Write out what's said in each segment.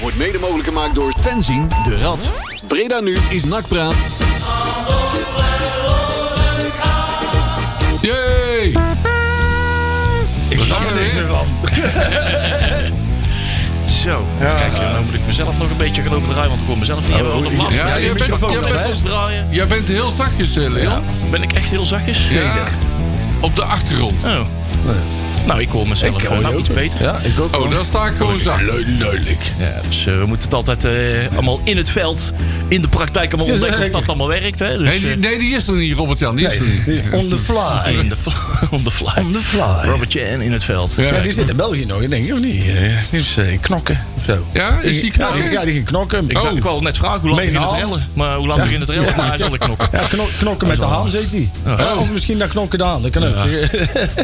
wordt mede mogelijk gemaakt door Fenzin de Rad. Breda nu is Nakpraat. Yay! Ik snap er niks meer van. Zo, even kijken. Nou moet ik mezelf nog een beetje gaan lopen draaien, want ik wil mezelf niet hebben. Wat een last. ja, Ja, je je bent- bent je bent- ons draaien. Jij bent heel zachtjes, eh, Leon. Ben ik echt heel zachtjes? Ja. Op de achtergrond. Oh. Nou, ik hoor mezelf eh, nou iets beter. Ja, ik ook. Oh, daar sta ik gewoon zacht. duidelijk. Ja, dus eh, we moeten het altijd eh, allemaal in het veld, in de praktijk, allemaal Ja, ontdekken of zeker. dat allemaal werkt. Hè? Dus, Nee, die, nee, die is er niet, Robert-Jan. Die is er niet. On the eh, fly. in de fly, on the fly. Hmm. On the fly. Robert Jan in het veld. Ja. Ja, die zit in België nog, denk ik, of niet? Eh, Die is eh, knokken, of zo. Ja, is die knokken? Ja, die, ja, die ging knokken. Ik, dacht, ik wou net vragen, hoe lang begin het Meenaal. rellen? Maar hoe lang begint het rellen? Maar hij zal ik knokken. Ja, kno- knokken met de haan, zegt hij. Ja, Of misschien naar knokken de haan, dat kan ook.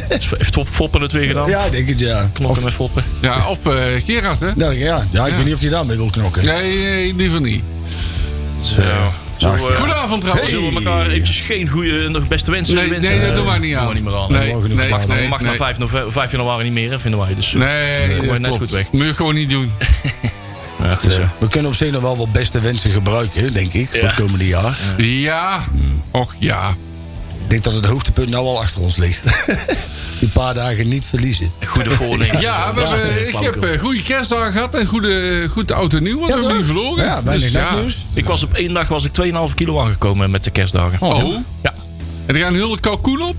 Heeft Fop- Foppen het weer gedaan? Ja, ik denk het, ja. Knokken met Foppen. Ja, of eh, Gerard, hè? Nou, ja, ja, ik weet niet of je daarmee wil knokken. Nee, nee, eh, liever niet. Zo. Zo, eh, Goedenavond, trouwens. Zullen we elkaar eventjes geen goede, nog beste wensen Nee, wensen? nee, dat Eh, doen wij niet aan. we niet meer aan. Nee, mag nee, mag, nee, mag nee. na 5, nove- 5 januari niet meer, hè, vinden wij. Dus Nee, eh, dat net klopt. goed weg. Moet je gewoon niet doen. Ja, het is, eh, We kunnen op zich nog wel wat beste wensen gebruiken, denk ik, voor het komende jaar. Ja. Och, ja. Ik denk dat het hoogtepunt nou al achter ons ligt. Die paar dagen niet verliezen. goede voornemen. Ja, we Dat is hebben- een ik flauwekul. heb eh, goede kerstdagen gehad en goede, eh, goed oud en nieuw. Want we hebben niet verloren. Ja, weinig Dus ja. nieuws. Ik was op één dag was ik 2,5 kilo aangekomen met de kerstdagen. Oh. Ja. En er gaan een hele kalkoen op.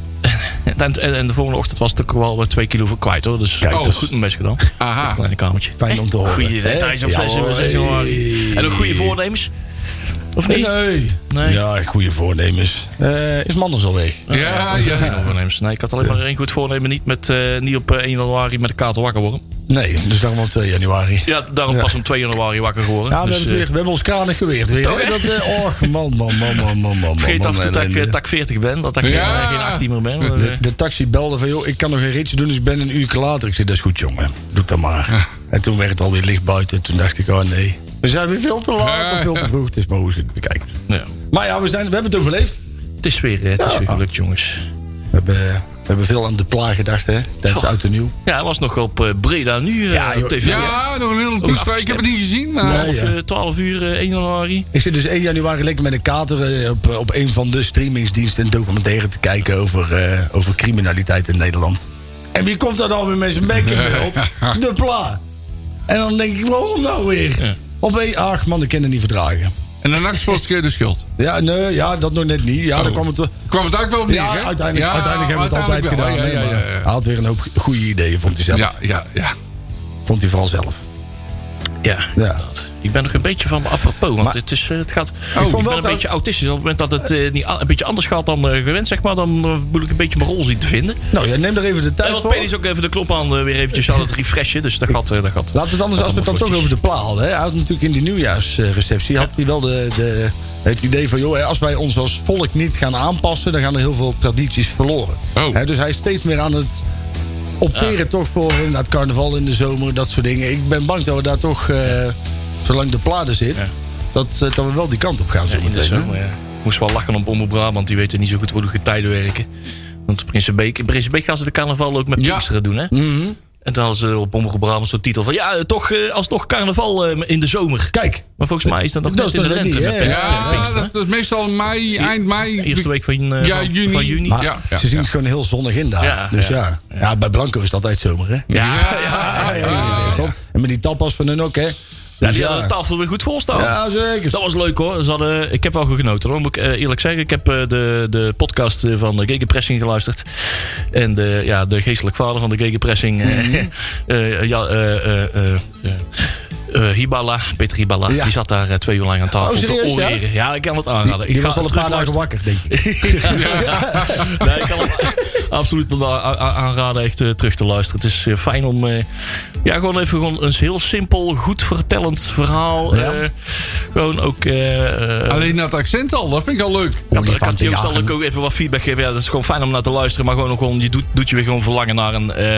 En, en, en de volgende ochtend was ik ook wel weer 2 kilo voor kwijt hoor. Dus ik heb dus. goed mijn best gedaan. Aha. Dat kleine kamertje. Fijn om te horen. Goede details op Ja, 6 hoor. januari. En ook goede voornemens. Of niet? Nee. Nee. Ja, goede voornemens. Eh, is Manders al weg? Ja, Ik heb ja. geen voornemens. Nee, ik had alleen maar één goed voornemen. Niet, met, eh, niet op eh, 1 januari met de kater wakker worden. Nee, dus daarom op 2 januari. Ja, daarom pas om 2 januari wakker geworden. Ja, we, Dus, hebben, eh, het weer, we hebben ons kranig geweerd weer. Toch, hè? hè? Dat, eh, och, man, man, man, man, man, man. vergeet man, af en toe man, dat ik eh, ellende. tak 40 ben. Dat ik eh, Ja. geen 18 meer ben. maar, eh, De, de taxi belde van, joh, ik kan nog een ritje doen, dus ik ben een uur later. Ik zei, dat is goed, jongen. Doe dat maar. En toen werd het alweer licht buiten. Toen dacht ik, oh nee. We zijn weer veel te laat of veel te vroeg. Het is maar hoe je het bekijkt. nou ja. Maar ja, we, zijn, we hebben het overleefd. Het is weer, eh, het is weer gelukt, jongens. We hebben, we hebben veel aan de plaag gedacht, hè. Tijdens oud en nieuw. Ja, hij was nog op eh, Breda nu eh, Ja, joh. op tv. hè? Ja, nog een hele toespraak. Ik heb het niet gezien, maar... Nee. Of, ja. eh, 12 uur, eh, 1 januari. Ik zit dus 1 januari lekker met een kater eh, op, op een van de streamingsdiensten... een documentaire te kijken over, eh, over criminaliteit in Nederland. En wie komt daar dan weer met zijn bek in beeld? De pla. En dan denk ik, waarom nou weer? Ja. Of één, ach man, ik kan het niet verdragen. En de nachtsport kreeg de schuld. Ja, nee, ja, dat nog net niet. Ja, dan Ah, kwam het... eh, Kwam het eigenlijk wel op neer, Ja, Oh. hè? uiteindelijk, uiteindelijk hebben we het altijd uiteindelijk gedaan. wel. hè, Ja, ja, maar ja, Hij had weer een hoop goede ideeën, vond hij zelf. ja. ja, ja, ja. Vond hij vooral zelf. Ja, inderdaad. Ik ben nog een beetje van me apropos, want Maar- het, is, eh, het gaat... vond ik ben wel een dat- beetje autistisch. Op het moment dat het eh, niet, a- een beetje anders gaat dan eh, gewend, zeg maar... dan eh, moet ik een beetje mijn rol zien te vinden. Nou, ja, neem daar even de En tijd wat voor. Penny is ook even de klop aan eh, weer eventjes aan het refreshen. Dus dat gaat... eh, dat gaat Laten we het anders, als we het dan toch over de pla hadden. hè. Hij had natuurlijk in die nieuwjaarsreceptie had hij wel de, de, het idee van... joh, hè, als wij ons als volk niet gaan aanpassen... dan gaan er heel veel tradities verloren. Oh. Hè, dus hij is steeds meer aan het opteren toch voor naar het carnaval in de zomer. Dat soort dingen. Ik ben bang dat we daar toch, eh, zolang de pladen zit... Dat, eh, dat we wel die kant op gaan zo In de meteen, hè. zomer, ja. Ik eh, moest wel lachen op Omroep Brabant. Die weten niet zo goed hoe de getijden werken. Want Prinsenbeek, in Prinsenbeek gaan ze de carnaval ook met Ja. Pinksteren doen, hè? Mhm. En dan hadden ze op Omroep Brabant zo'n titel van... Ja, eh, toch, eh, alsnog carnaval eh, in de zomer. Kijk, Maar volgens mij is dat nog Dat net is in de nog net lente niet, met hè? Pink- Ja, eh, Pinksteren. dat, dat is meestal mei, eind mei. Eerste week van, eh, ja, van- juni. van juni. Ja, maar ja, ja. ze zien het gewoon heel zonnig in daar. Ja, dus ja. ja. ja. bij Blanco is het altijd zomer, hè? Ja, ja, ja, ja, ja. God. En met die tapas van hun ook, hè? Ja, Dus die hadden de tafel weer goed volstaan. Ja, zeker. Dat was leuk hoor. Ze hadden, ik heb wel goed genoten hoor. Moet ik eh, eerlijk zeggen. Ik heb eh, de, de podcast eh, van de Gegenpressing geluisterd. En de, ja, de geestelijk vader van de Gegenpressing. eh, Mhm. eh, ja, eh, eh, eh, eh, eh, Hibala, Peter Hibala. Ja. Die zat daar eh, twee uur lang aan tafel Oh, te serieus, ja? oreren. Ja? ik kan het aanraden. Die Nou, ik was al een het paar dagen terugluisteren. wakker, denk ik. Nee, ik kan het absoluut wel a- a- aanraden echt eh, terug te luisteren. Het is eh, fijn om eh, ja, gewoon even gewoon een heel simpel, goed vertellend verhaal. Ja. eh, gewoon ook... eh, eh, Alleen dat accent al, dat vind ik al leuk. ja, maar ik van had te Joost jagen. al ook even wat feedback geven. Ja, dat is gewoon fijn om naar te luisteren. Maar gewoon ook gewoon, je doet, doet je weer gewoon verlangen naar een, eh,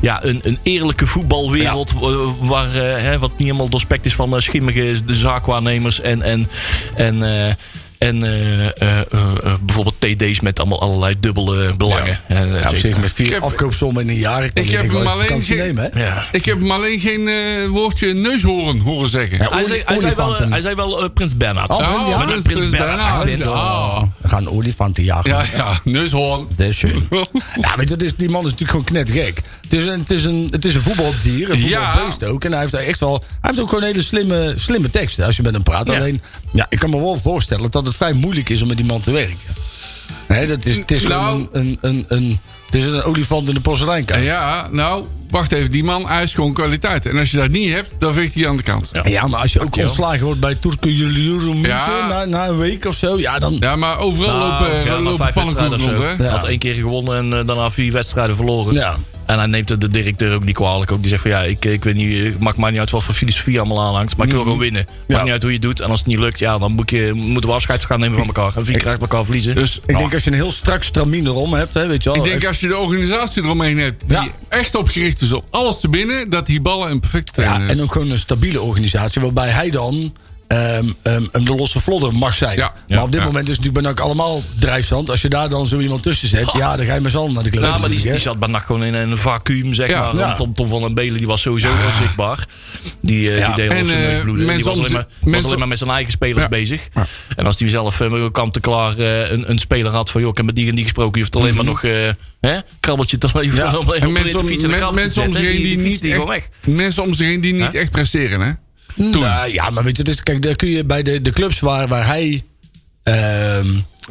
ja, een, een eerlijke voetbalwereld. eh, waar eh, hè, wat niet helemaal doorspekt is van eh, schimmige zaakwaarnemers en, en, en eh, En eh, eh, eh, eh, bijvoorbeeld TD's met allemaal allerlei dubbele belangen. Eh, Ja, Ja, op zich met vier Ik heb- afkoopsommen in een jaar. Ik, heb hem alleen vakantie ge- nemen, hè? ja. Ik heb hem alleen geen eh, woordje neushoorn horen zeggen. Hij zei, hij zei wel, eh, hij zei wel eh, Prins Bernhard. Oh, ja. Met een Prins Bernhard accent. Ah. Oh. We gaan olifanten jagen. Ja, ja, neushoorn. Dat is schön. Ja, weet je, dat is, die man is natuurlijk gewoon knetgek. Het is een, het is een, het is een voetbaldier, een Ja. voetbalbeest ook. En hij heeft daar echt wel... Hij heeft ook gewoon hele slimme, slimme teksten als je met hem praat. Ja. Alleen, ja, ik kan me wel voorstellen dat het vrij moeilijk is om met die man te werken. Nee, dat is, het is Nou. gewoon een, een, een, een, het is een olifant in de porseleinkamer. Ja, nou, wacht even. Die man eist gewoon kwaliteit. En als je dat niet hebt, dan veegt hij aan de kant. Ja, Ja, maar als je ook joh. ontslagen wordt bij Turku Juliurum Ja. na, na een week of zo, ja, dan... maar overal Nou, lopen, ja, maar lopen vijf pannenkoeken wedstrijden rond, of hè? zo. Hij Had één keer gewonnen en eh, daarna vier wedstrijden verloren. Ja. En hij neemt het de directeur ook niet kwalijk. Ook. Die zegt van ja, ik, ik weet niet, eh, maakt mij niet uit wat voor filosofie allemaal aanhangt. Maar ik wil gewoon winnen. Maakt Mhm. Ja. niet uit hoe je het doet. En als het niet lukt, ja, dan moet je, moeten we afscheid gaan nemen van elkaar. En vier krijgt elkaar verliezen. Dus Ik denk als je een heel strak stramien erom hebt, hè, weet je wel. Eh, ik denk als je de organisatie eromheen hebt... die Oh, Ja. echt opgericht is om alles te binnen... dat die ballen een perfecte eh, trainer Ja, is. en ook gewoon een stabiele organisatie waarbij hij dan ehm, ehm, ehm, de losse vlodder mag zijn. Ja. maar op dit Ja. moment is het natuurlijk bijna ook allemaal drijfzand. Als je daar dan zo iemand tussen zet, ja, dan ga je met z'n allen naar de club. Nou, maar die, die natuurlijk, hè. zat bij NAC gewoon in een vacuüm, zeg Ja. maar. Ja. Tom, Tom van den Belen die was sowieso onzichtbaar. Die, eh Ja. die deed ons En, zijn eh, neus bloeden. Die mensen was alleen, om- maar, was mensen- alleen maar met zijn eigen spelers Ja. bezig. En als die zelf eh, kant en klaar eh, een, een speler had van... joh, ik heb met die en die gesproken. Je hoeft alleen maar nog... eh hè, krabbeltje, te- je hoeft Ja. alleen maar Mhm. En op mensen de om, fiets en een men- krabbeltje mensen te om zich zetten. heen Die, die, die fiets niet die gewoon echt, weg. mensen om zich heen die niet Huh? echt presteren, hè? Nou, ja, maar weet je, dus, kijk, daar kun je bij de, de clubs waar, waar hij ehm,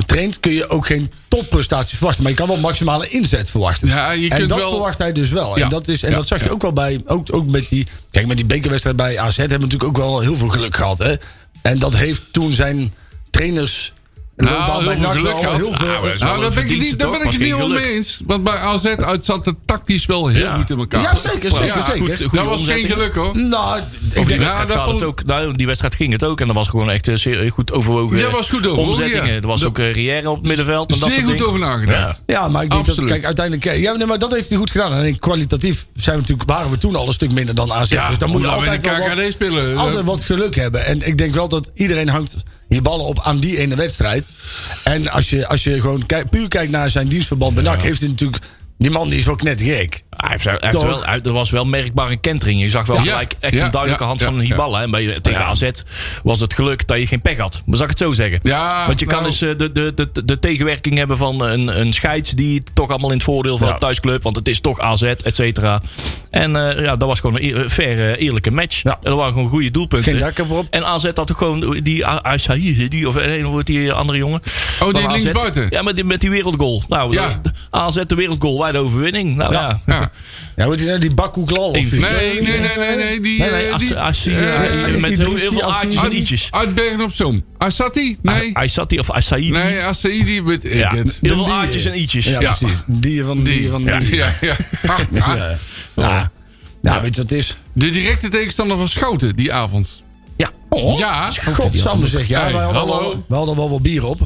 traint, kun je ook geen topprestaties verwachten. Maar je kan wel maximale inzet verwachten. Ja, je en kunt dat wel- verwacht hij dus wel. Ja. En, dat, is, en Ja, dat zag je ja. ook wel bij, ook, ook met die, kijk, met die bekerwedstrijd bij AZ hebben we natuurlijk ook wel heel veel geluk gehad. Hè? En dat heeft toen zijn trainers... Nou, heel veel geluk gehad. Heel veel, Ah, maar- Nou, wel dat een ben ik, verdienste, niet, daar toch? ben ik het niet Was geen helemaal mee geluk. eens. Want bij AZ uit zat het tactisch wel heel Ja. goed in elkaar. Ja, zeker, zeker, Ja, zeker. goed, goede dat was geen omzetting. geluk, hoor. nou, ik Over die, denk, Ja, wedstrijd dat gaat het vond- ook, nou, die wedstrijd ging het ook. En dat was gewoon echt eh, zeer goed overwogen. Dat was goed overwogen, Omzettingen. ja. Er was Dat- ook eh, Rière op het middenveld. en dat Zeer soort goed dingen. over nagedacht. ja, maar ik denk Absoluut. dat, kijk, uiteindelijk... eh, Ja, nee, maar dat heeft hij goed gedaan. En ik denk, kwalitatief zijn we natuurlijk, waren we toen al een stuk minder dan AZ. Ja, dus dan moet je omdat we in altijd de wel wat- KKD spelen. eh, altijd wat geluk hebben. En ik denk wel dat iedereen hangt je ballen op aan die ene wedstrijd. En als je, als je gewoon kijk- puur kijkt naar zijn dienstverband bij NAC... heeft hij natuurlijk... Die man die is wel knetgek. Hij heeft, hij heeft Toch? wel, hij- er was wel merkbaar een kentering. Je zag wel Ja. gelijk echt Ja, een duidelijke ja, hand ja, van ja. Hiballa. En bij, tegen Ja. AZ was het geluk dat je geen pech had. Maar zal ik het zo zeggen? Ja, Want je kan nou. dus eh, de, de, de, de tegenwerking hebben van een, een scheids... die het toch allemaal in het voordeel van Ja. de thuisclub... want het is toch AZ, et cetera. En eh, ja, dat was gewoon een eer- een fair, eh, eerlijke match. Ja. Er waren gewoon goede doelpunten. Geen dak erop. En AZ had ook gewoon die A- Asahi, die of eh, hoe heet die andere jongen. Oh, die Van AZ. linksbuiten. Ja, met die, met die wereldgoal. Nou, Ja. dat- AZ de wereldgoal, wij de overwinning. Nou ja. Ja. Ja, weet je nou, die Baku Klal? of Ik- zoiets. Nee, nee, nee, nee, nee. Die, Nee, nee, eh, die, As- As- eh, eh, met heel, heel Idrissi, veel As- aardjes en ietjes. uit, uit Bergen op Zoom. Asati? Nee. Aysati of Asaidi. Nee, Asaidi. weet ik ja. het. Heel veel Die- aardjes en ietjes. Ja, Ja. precies. Die van die. Die. van Ja, die. ja, ja. Ah, ah. Ja. Ja. Ja, weet je wat het is? De directe tegenstander van Schouten die avond. Ja. Oh, Ja. Godsamme zeg. Ja, Hey, wij hadden hallo. wel- we hadden wel wat bier op.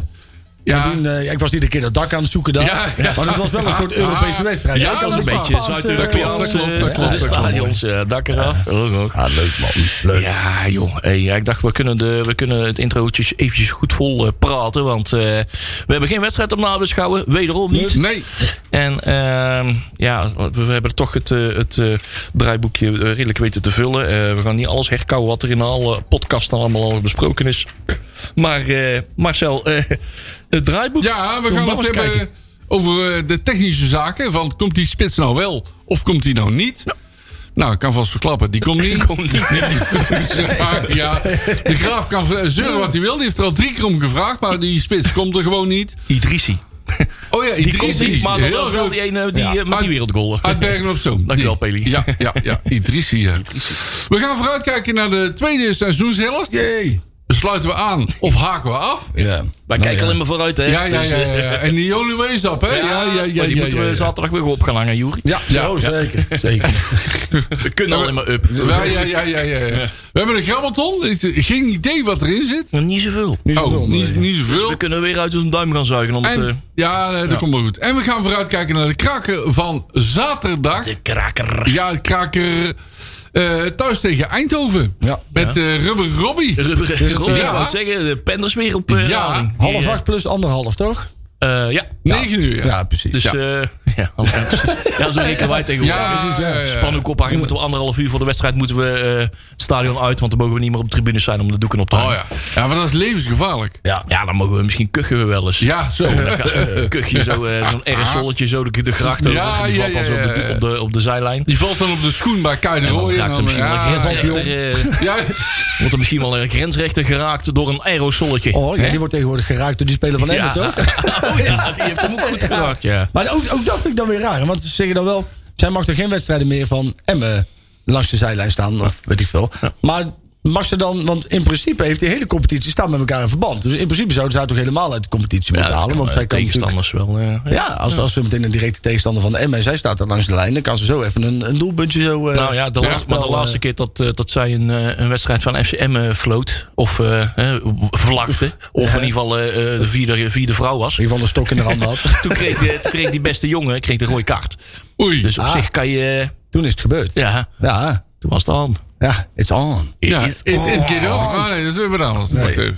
Ja. Toen, eh, ik was niet een keer dat dak aan het zoeken daar. Ja, ja. Maar dat was wel een soort Europese Ah, wedstrijd. ja, Kijk, als dat is het was een beetje Pasen, Zuid-Europeaans, eh, eh, klopt, ja, klopt. stadions, eh, dak eraf. Ook, ook. Ah, leuk man. Leuk. Ja, joh. Hey, ja, ik dacht, we kunnen, de, we kunnen het introotje eventjes goed vol eh, praten. Want eh, we hebben geen wedstrijd om na te beschouwen. Wederom niet. Nee. En ehm, ja, we we hebben toch het, eh, het eh, draaiboekje eh, redelijk weten te vullen. Eh, we gaan niet alles herkauwen wat er in alle podcast allemaal al besproken is. Maar eh, Marcel, eh, het draaiboek. Ja, we Zullen gaan dat het eens hebben kijken? over eh, de technische zaken. Van, komt die spits nou wel of komt die nou niet? Nou, ik kan vast verklappen. Die komt niet. Kom niet Maar ja, de graaf kan zeuren wat hij wil. Die heeft er al drie keer om gevraagd. Maar die spits komt er gewoon niet. Idrissi. Oh ja, Die komt niet, maar dat Heel was wel goed. Ah, die ene die, Ja. eh, met die Uit- wereldgoal. Uit Bergen op Zoom. Dankjewel, Peli. Ja, ja, ja. Idrissi, ja. We gaan vooruitkijken naar de tweede seizoenshelft. Jee. Sluiten we aan of haken we af? Ja. Wij kijken alleen maar vooruit, hè? Ja, ja, Dus, ja. eh, ja, ja. En die Jolu Weesap, hè? Ja, ja, ja. ja, maar oh, die ja, moeten we ja. zaterdag weer op gaan hangen, Joeri. Ja, zo, zeker. zeker. We kunnen alleen maar up. Ja, ja, ja, ja, ja, ja. We hebben een grammaton. Ik- Geen idee wat erin zit. Maar Niet zoveel. Niet Oh, zoveel, niet, nee. niet Dus we zoveel. kunnen weer uit onze duim gaan zuigen. Om het, eh, En, ja, nee, dat komt wel goed. En we gaan vooruitkijken naar de kraker van zaterdag. de kraker. Ja, kraker. eh, thuis tegen Eindhoven. Ja. met eh, Rubber Robbie. Rubber, het- Robben, ja. ik wou Dus het zeggen, de penders weer op eh, Ja, herhaling. Half Die, acht plus anderhalf, toch? eh, eh, ja, 9 uur, ja. precies. dus... Ja. eh, Ja, half acht, precies. ja, zo rekenen wij tegenwoordig. Ja, Precies, ja, ja. Spanning ophangen. Moeten we anderhalf uur voor de wedstrijd moeten we eh, het stadion uit. Want dan mogen we niet meer op de tribunes zijn om de doeken op te Oh hangen. ja. ja, maar dat is levensgevaarlijk. ja. dan mogen we misschien kuchen we wel eens. Ja, zo. Eh, Kuch je zo, eh, zo'n aerosolletje zo de, de gracht over. Ja, die ja, valt dan ja, zo op ja. de, op de, op de zijlijn. Die valt dan op de schoen bij Kuijden En dan Rooij. raakt er misschien wel een grensrechter, eh, Ja, wordt er misschien wel een grensrechter geraakt door een aerosolletje. Oh, ja, Hè? die wordt tegenwoordig geraakt door die speler van Emmen, ja. toch? Oh ja, die heeft hem ook goed geraakt. Ja. Maar ook, ook dat vind ik dan weer raar. hè, Want ze zeggen dan wel, zij mag er geen wedstrijden meer van Emmen langs de zijlijn staan. Of weet ik veel. Maar mag ze dan, want in principe heeft die hele competitie staat met elkaar in verband. Dus in principe zouden ze haar toch helemaal uit de competitie moeten halen. Want zij kan natuurlijk- eh, tegenstanders wel. eh, ja. Ja, als, als ze meteen een directe tegenstander van Emmen en zij staat er langs de lijn, dan kan ze zo even een, een doelpuntje zo... eh, Nou ja, de laatste, maar de wel, laatste eh, keer dat, eh, dat zij een, eh, een wedstrijd van FCM eh, floot. Of eh, eh, vlakte. Of in ieder geval eh, eh, de vierde, vierde vrouw was. Die van de stok in de handen had. Toen kreeg, de- toen kreeg die beste jongen kreeg de rode kaart. oei. Dus op zich kan je... eh, Toen is het gebeurd. ja, Ja, toen was het aan. ja, it's on. ja, it, it get out. Ah nee, dat hebben we dan. Nee.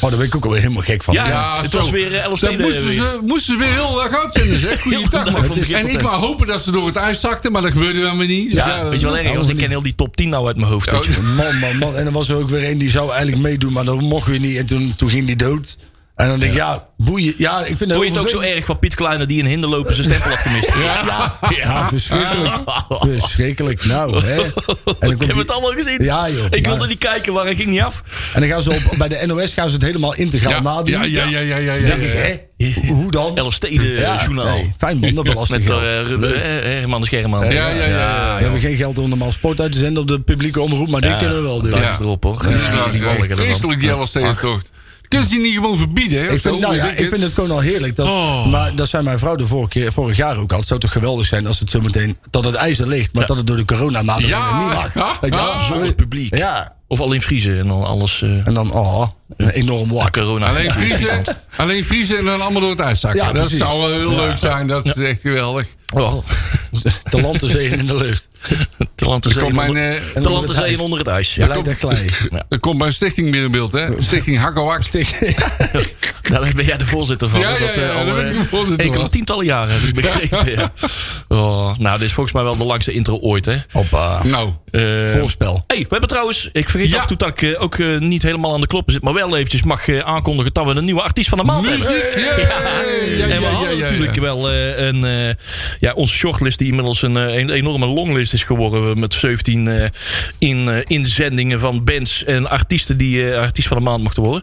Oh, daar ben ik ook alweer helemaal gek van. Ja, het zo. was weer eh, Dan LSD. moesten ze, moesten ze weer heel erg uitzenden, zeg. Goeiedag, Heel erg man. van begin En tot ik eind. wou hopen dat ze door het ijs zakten, maar dat gebeurde dan weer niet. Dus Ja, weet je wel dat- erg, want ik ken heel die top 10 nou uit mijn hoofd. weet je. Man, man, man. En er was er ook weer een die zou eigenlijk meedoen, maar dat mocht weer niet. En toen, toen ging die dood. En dan denk ik, ja, boeien. Ja, ik vind Vond je heel het ook zo vervelend. erg van Piet Kleiner die in hinderlopen zijn stempel had gemist? Ja. Ah. Ja, verschrikkelijk. Verschrikkelijk. Nou, hè. En dan Ik heb die- het allemaal gezien. Ja, joh. Ik Ja. wilde niet kijken, maar het ging niet af. En dan gaan ze op, bij de NOS gaan ze het helemaal integraal Ja, nadoen. ja, ja, ja, ja, ja, ja, Dan denk ja. ik, hè? Hoe dan? Elfsteden-journaal. nee, fijn man, dat belast eh, Met eh, Ruben, eh, Herman de Scherman. Ja, ja, ja, ja. We hebben geen geld om normaal sport uit te zenden op de publieke omroep, maar dit kunnen we wel doen. Ja, Ja. erop hoor. Ja, Die wallen ja, gaan er dan. Christelijk die LSD-tocht. Kunnen ze die niet gewoon verbieden? hè, Ik of zo? vind, nou ja, Weet ik vind het gewoon al heerlijk. Dat, Oh. Maar dat zei mijn vrouw de vorige keer, vorig jaar ook al. Het zou toch geweldig zijn als het zo meteen dat het ijzer ligt, maar dat het door de coronamaatregelen Ja. niet mag. Ja. Weet je wel? Ja. Zonder publiek. Ja. Of alleen Vriezen en dan alles. eh, En dan, oh, een enorm wak. corona. Alleen vriezen, alleen vriezen en dan allemaal door het ijs zakken. Ja, dat precies. zou wel heel leuk zijn. Dat is echt geweldig. Oh, De land, de zee en in de lucht. te land te komt zeeën mijn, onder- eh, te land te zeeën onder het ijs. Ja, Lijkt en klei. Er komt mijn stichting weer in beeld, hè? Stichting Hakkowak. daar ben jij de voorzitter van. Ja, ja, Dat, eh, ja, al, daar ben eh, ik de voorzitter enkele van. tientallen jaren heb ik begrepen. ja. Oh, nou, dit is volgens mij wel de langste intro ooit, hè? Hoppa. Nou, Eh, Voorspel. Hey, we hebben trouwens, ik vergeet Ja. af en toe dat ik eh, ook eh, niet helemaal aan de kloppen zit, maar wel eventjes mag eh, aankondigen dat we een nieuwe artiest van de maand hebben. muziek! Yeah. Ja, en we hadden natuurlijk wel eh, een, eh, ja, onze shortlist die inmiddels een, eh, een enorme longlist is geworden. Met 17 eh, in, eh, inzendingen van bands en artiesten die eh, artiest van de maand mochten worden.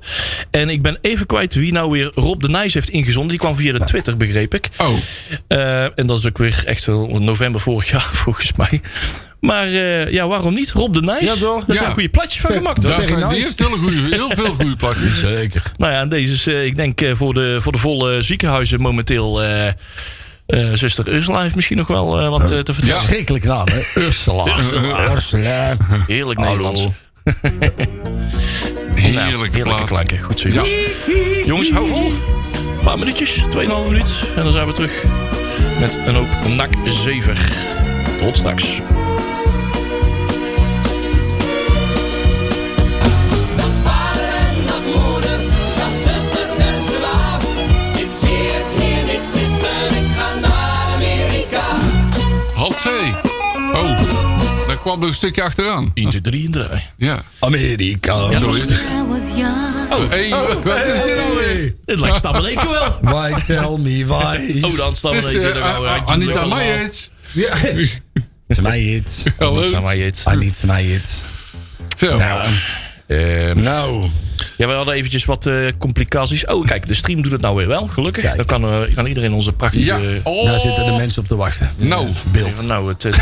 En ik ben even kwijt wie nou weer Rob de Nijs heeft ingezonden. Die kwam via de Twitter, begreep ik. Oh, Eh, en dat is ook weer echt wel november vorig jaar, volgens mij. Maar eh, ja, waarom niet? Rob de Nijs. Ja, toch? Daar zijn Ja. goede plaatjes van gemaakt. hoor. daar zeg je zijn, nou die eens. heeft heel, goeie, heel veel goede plakjes. Zeker. Nou ja, en deze is, eh, ik denk, eh, voor de, voor de volle ziekenhuizen momenteel. eh, eh, zuster Ursula heeft misschien nog wel eh, wat eh, te vertellen. Schrikkelijk naam, hè? Ursula. Ursula. Ursula. Heerlijk Hallo. Nederlands. Nou, Heerlijke plaat. klanken. Goed zoiets. Ja. Jongens, hou vol. Een paar minuutjes. 2,5 minuut. En dan zijn we terug met een hoop NAC 7. Tot straks. Dag vader en dag moeder, dag zuster Ursula. Ik zie het hier niet zitten, ik ga naar Amerika. Half twee. Oh, daar kwam nog een stukje achteraan. 1, 2, 3 en 3. Ja. Amerika. Zo is het. I was young. Oh, hey, wat is dit nou alweer? Dit lijkt Stam en Eke wel. Why tell me why? Oh, dan Stam en Dus, Eke. eh, daar gaan we. A- A- Anita Allemaal. Meijers. It's my it. Hallo. Anita Meijers. I need my it. Zo. Nou, Ehm, nou. Ja, we hadden eventjes wat eh, complicaties. Oh, kijk, de stream doet het nou weer wel, gelukkig. Dan kan, eh, kan iedereen onze prachtige... Ja. eh, Oh. Daar zitten de mensen op te wachten. Nou. Beeld. van, nou, het eh,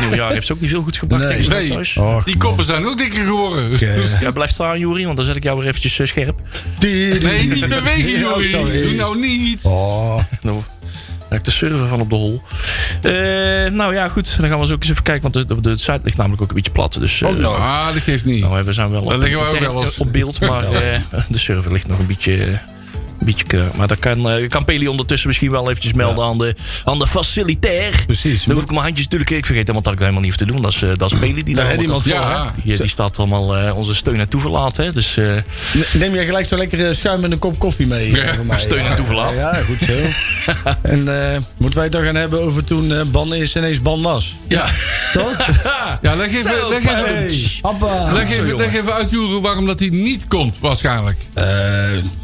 nieuwjaar heeft ze ook niet veel goed gebracht Nee. tegen ze Nee. Oh. thuis. Och, Die koppen zijn ook dikker geworden. man. Ja, blijf staan, Juri, want dan zet ik jou weer eventjes eh, scherp. Nee, niet bewegen, Oh, Joey. sorry. Doe nou niet. Oh, Nou, ga ik de server van op de hol. Eh, nou ja, goed. Dan gaan we zo ook eens even kijken, want de, de site ligt namelijk ook een beetje plat. Dus, eh, Ah, dat geeft niet. nou, we zijn wel op, liggen we ook op- wel eens. op beeld, maar eh, de server ligt nog een beetje... eh, Beetje keur. Maar dat kan, eh, kan Peli ondertussen misschien wel eventjes melden aan, de, aan de facilitair. Precies. Dan hoef ik mijn handjes natuurlijk... Ik vergeet helemaal dat ik dat helemaal niet hoef te doen. Dat is, eh, dat is Peli die Daar daar had iemand Ja. voor, hè? Die, die staat allemaal eh, onze steun en toeverlaat. Hè? Dus eh, Ne- Neem jij gelijk zo lekker eh, schuim en een kop koffie mee. eh, Ja, voor mij. steun en Ja, toeverlaat. Ja, goed zo. en eh, moeten wij het dan gaan hebben over toen eh, Ban is en eens Ban was? Ja, Toch? ja leg, even, Zo, leg, Hey, even, Hoppa. leg, even, jongen. leg even uit, Joeren, waarom dat hij niet komt waarschijnlijk. Eh,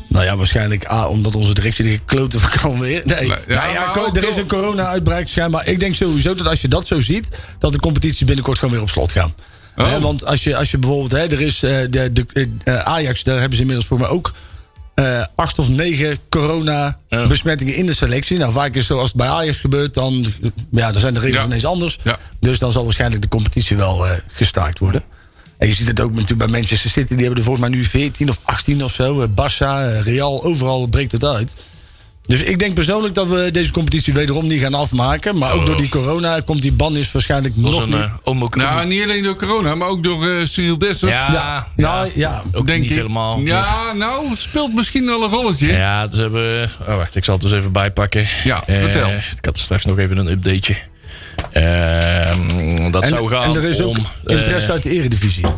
nou ja, waarschijnlijk A, omdat onze directie de klote van kan weer. Nee, Nee, ja, nou ja, maar co- ook er is door. een corona-uitbraak schijnbaar. Ik denk sowieso dat als je dat zo ziet, dat de competities binnenkort gewoon weer op slot gaan. Oh. Hè, want als je, als je bijvoorbeeld, hè, er is eh, de, de, eh, Ajax, daar hebben ze inmiddels voor mij ook eh, acht of negen Oh. corona-besmettingen in de selectie. Nou, vaak is het zo, als het bij Ajax gebeurt, dan, ja, dan zijn de regels Ja. ineens anders. Ja. Dus dan zal waarschijnlijk de competitie wel eh, gestaakt worden. En je ziet het ook natuurlijk bij Manchester City. Die hebben er volgens mij nu 14 of 18 of zo. Eh, Barça, eh, Real, overal breekt het uit. Dus ik denk persoonlijk dat we deze competitie wederom niet gaan afmaken. Maar ook door die corona komt die ban is waarschijnlijk was nog een niet. eh, homo- Nou, niet alleen door corona, maar ook door eh Cyril Dessers. Ja, dus- ja, nou ja. ook denk niet ik. helemaal. Ja, nou, het speelt misschien wel een rolletje. Ja, ze hebben. Oh, wacht, ik zal het dus even bijpakken. Ja, Eh, vertel. Ik had straks nog even een updateje. Ehm, dat En, zou gaan. en er is ook om, interesse eh, uit de eredivisie. oh,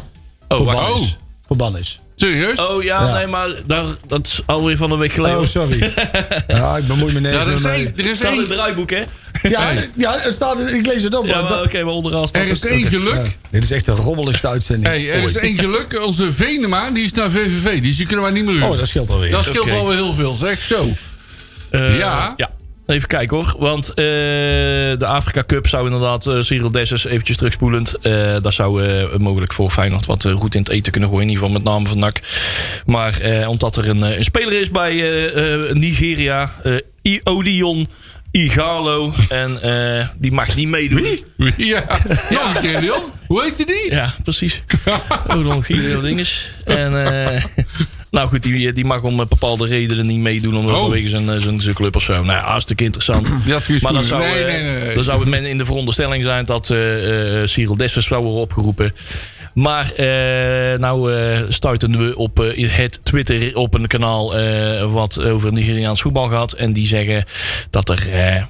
Voor wacht. ban oh. is. Voor ban is. Serieus? Oh ja, Ja. nee, maar daar, dat is alweer van een week geleden. Oh, sorry. ja, ik bemoei ja, me nergens er is mee. één. Er is Staat in eh, één. het draaiboek, hè? Ja, ja, het staat, in- ik lees het op. Ja, maar maar dat- oké, maar onderaan staat Er is het. één ja, geluk. dit is echt een rommeligste uitzending. Hey, er is ooit. één geluk. Onze Venema, die is naar VVV. Dus die kunnen wij niet meer huren. Oh, dat scheelt alweer. Dat scheelt Oké. wel weer heel veel, zeg. Zo. Eh, Ja. ja. Even kijken hoor, want eh, de Afrika Cup zou inderdaad eh, Cyril Dessers eventjes terugspoelend. eh dat zou eh, mogelijk voor Feyenoord wat eh, goed in het eten kunnen gooien. In ieder geval met name van NAC. Maar eh, omdat er een, eh, een speler is bij eh, eh, Nigeria, eh Iodion Igalo. En eh, die mag niet meedoen. Ja. Nog een keer, Leon. Hoe heette die? Ja, precies. Odon Guido Dinges. En, eh, nou goed, die, die mag om eh, bepaalde redenen niet meedoen. Omdat Oh. vanwege zijn, eh, zijn, zijn club of zo. Nou ja, hartstikke interessant. Die had geen maar dan schoenen. zou, Nee, eh, nee, nee. dan zou het men in de veronderstelling zijn dat eh, eh, Cyril Dessers zou worden opgeroepen. Maar eh, nou eh stuiten we op eh, in het Twitter op een kanaal eh, wat over Nigeriaans voetbal gaat. En die zeggen dat er eh, eh,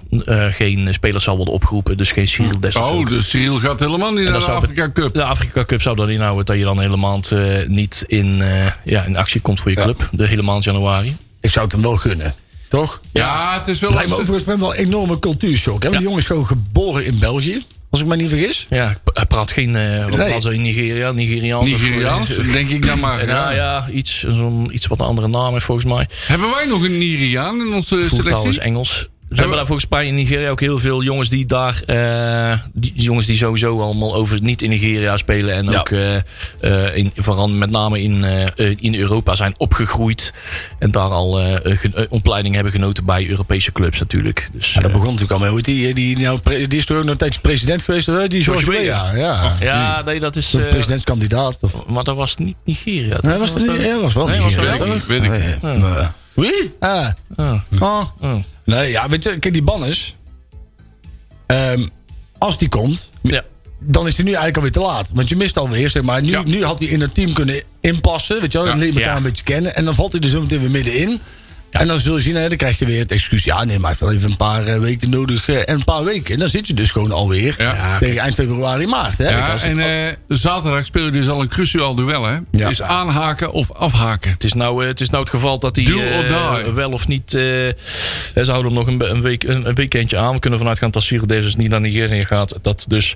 geen spelers zal worden opgeroepen. Dus geen Cyril Dessers. Oh, dus Cyril gaat helemaal niet naar En dat de zou bet- Afrika Cup. de Afrika Cup zou dan inhouden dat je dan hele maand eh, niet in, eh, ja, in actie komt voor je club. De hele maand januari. Ik zou het hem wel gunnen. Toch? Ja, het is wel... Lijkt me overigens wel een enorme cultuurshock. Hè? Want Ja. Die jongen is gewoon geboren in België. Als ik me niet vergis. Ja, ik pra- hij praat geen. eh wat Nee. praat ze in Nigeria? Nigeriaans. of- Nigeriaans, denk ik dan maar. Eh, ja. nou ja, iets, zo'n- iets wat een andere naam heeft volgens mij. Hebben wij nog een Nigeriaan in onze Voertaal is selectie? Engels. Ze hebben daar volgens mij in Nigeria ook heel veel jongens die daar. eh, die, die jongens die sowieso allemaal over niet in Nigeria spelen. En Ja. ook eh, eh, in, vooral met name in, eh, eh, in Europa zijn opgegroeid. En daar al eh, eh, ge- eh, opleiding hebben genoten bij Europese clubs natuurlijk. Dus, dat eh, begon natuurlijk al mee. Hoe heet Die, die, nou, pre- die is toch ook nog een tijdje president geweest? Hè? Die George Weah. Weah, Oh, Ja. ja, nee, dat is. Zo'n eh, presidentskandidaat. Of... maar dat was niet Nigeria. Nee, was dat niet? Ja, was wel Nee, was niet. dat Ja. wel? Weet ik niet, weet ik niet. Nee, nee. Wie? Ah. Oh, Ah. oh. Nee, ja, weet je, kijk, die banners. Ehm, als die komt, Ja. dan is hij nu eigenlijk alweer te laat. Want je mist alweer, zeg maar. Nu, Ja. nu had hij in het team kunnen inpassen. Weet je wel, Ja. dan leer je elkaar Ja. een beetje kennen. En dan valt hij er zo meteen weer middenin. En dan zul je zien, hè, dan krijg je weer het excuus. Ja, nee, maar hij heeft wel even een paar eh, weken nodig. eh, en een paar weken. En dan zit je dus gewoon alweer Ja. tegen eind februari, maart. Hè? Ik Ja, was- en eh, zaterdag speel je dus al een cruciaal duel, hè? Ja. Is aanhaken of afhaken. Het is, nou, eh, het is nou het geval dat hij Do or eh, die. wel of niet... eh, ze houden hem nog een, be- een, week, een, een weekendje aan. We kunnen vanuit gaan dat Cyril Dessers niet naar Nigeria gaat. Dat dus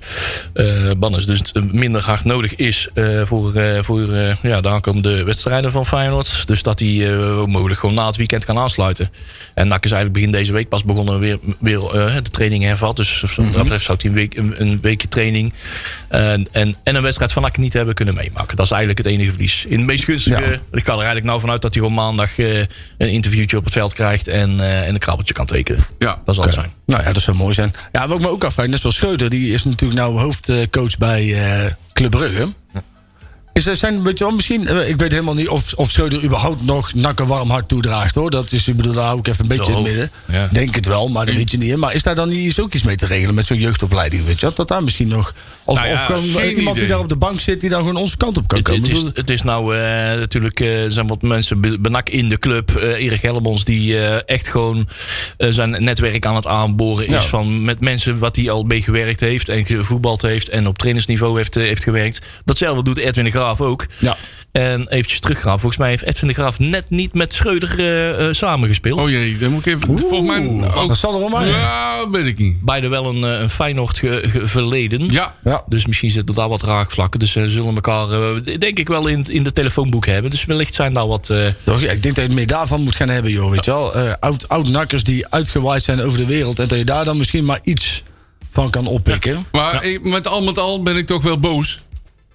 eh Bannes dus het minder hard nodig is eh, voor, eh, voor eh, ja, de aankomende wedstrijden van Feyenoord. Dus dat hij eh, mogelijk gewoon na het weekend kan aansluiten. En NAC is eigenlijk begin deze week pas begonnen weer, weer eh, de training hervat. Dus wat dat betreft zou hij een, week, een, een weekje training en, en, en een wedstrijd van NAC niet hebben kunnen meemaken. Dat is eigenlijk het enige verlies. In de meest gunstige... Ja. Ik ga er eigenlijk nou vanuit dat hij gewoon maandag eh, een interviewtje op het veld krijgt en, eh, en een krabbeltje kan tekenen. Ja. Dat zal het zijn. Nou ja, dat zou mooi zijn. Ja, wat ik me ook afvraag, net zoals Schreuder, die is natuurlijk nou hoofdcoach bij eh, Club Brugge. Is er zijn, weet je wel, misschien, eh, ik weet helemaal niet of, of Schreuder überhaupt nog nak een warm hart toedraagt hoor. Dat is, ik bedoel, daar hou ik even een beetje in het midden. ja. Denk het wel, maar dat weet je niet. hè. Maar is daar dan niet eens ook iets mee te regelen met zo'n jeugdopleiding? Weet je wel? Dat daar misschien nog. Of, Nou ja, of gewoon geen iemand die idee. daar op de bank zit die dan gewoon onze kant op kan Het, komen. het Ik is, bedoel, het is nou eh, natuurlijk, eh, er zijn wat mensen be- benak in de club. Eh, Erik Hellemons, die eh, echt gewoon eh, zijn netwerk aan het aanboren is. Van met mensen wat hij al mee gewerkt heeft en gevoetbald heeft en op trainersniveau heeft, eh, heeft gewerkt. Datzelfde doet Edwin de Graaf ook. Ja. En eventjes teruggaan. Volgens mij heeft Edwin de Graaf net niet met Schreuder eh, eh, samengespeeld. Oh jee, dan moet ik even. volgens mij. Ook, dat zal er wel maar. Ja, weet ik niet. Beide wel een, eh, een Feyenoord ge- ge- verleden. Ja. Ja. Dus misschien zitten daar wat raakvlakken. Dus ze zullen elkaar, eh, denk ik, wel in, in de telefoonboek hebben. Dus wellicht zijn daar wat... eh, Toch, ja, ik denk dat je het meer daarvan moet gaan hebben, joh. Weet je wel? Eh, oud, oud-nakkers die uitgewaaid zijn over de wereld. En dat je daar dan misschien maar iets van kan oppikken. Maar ik- met al met al ben ik toch wel boos.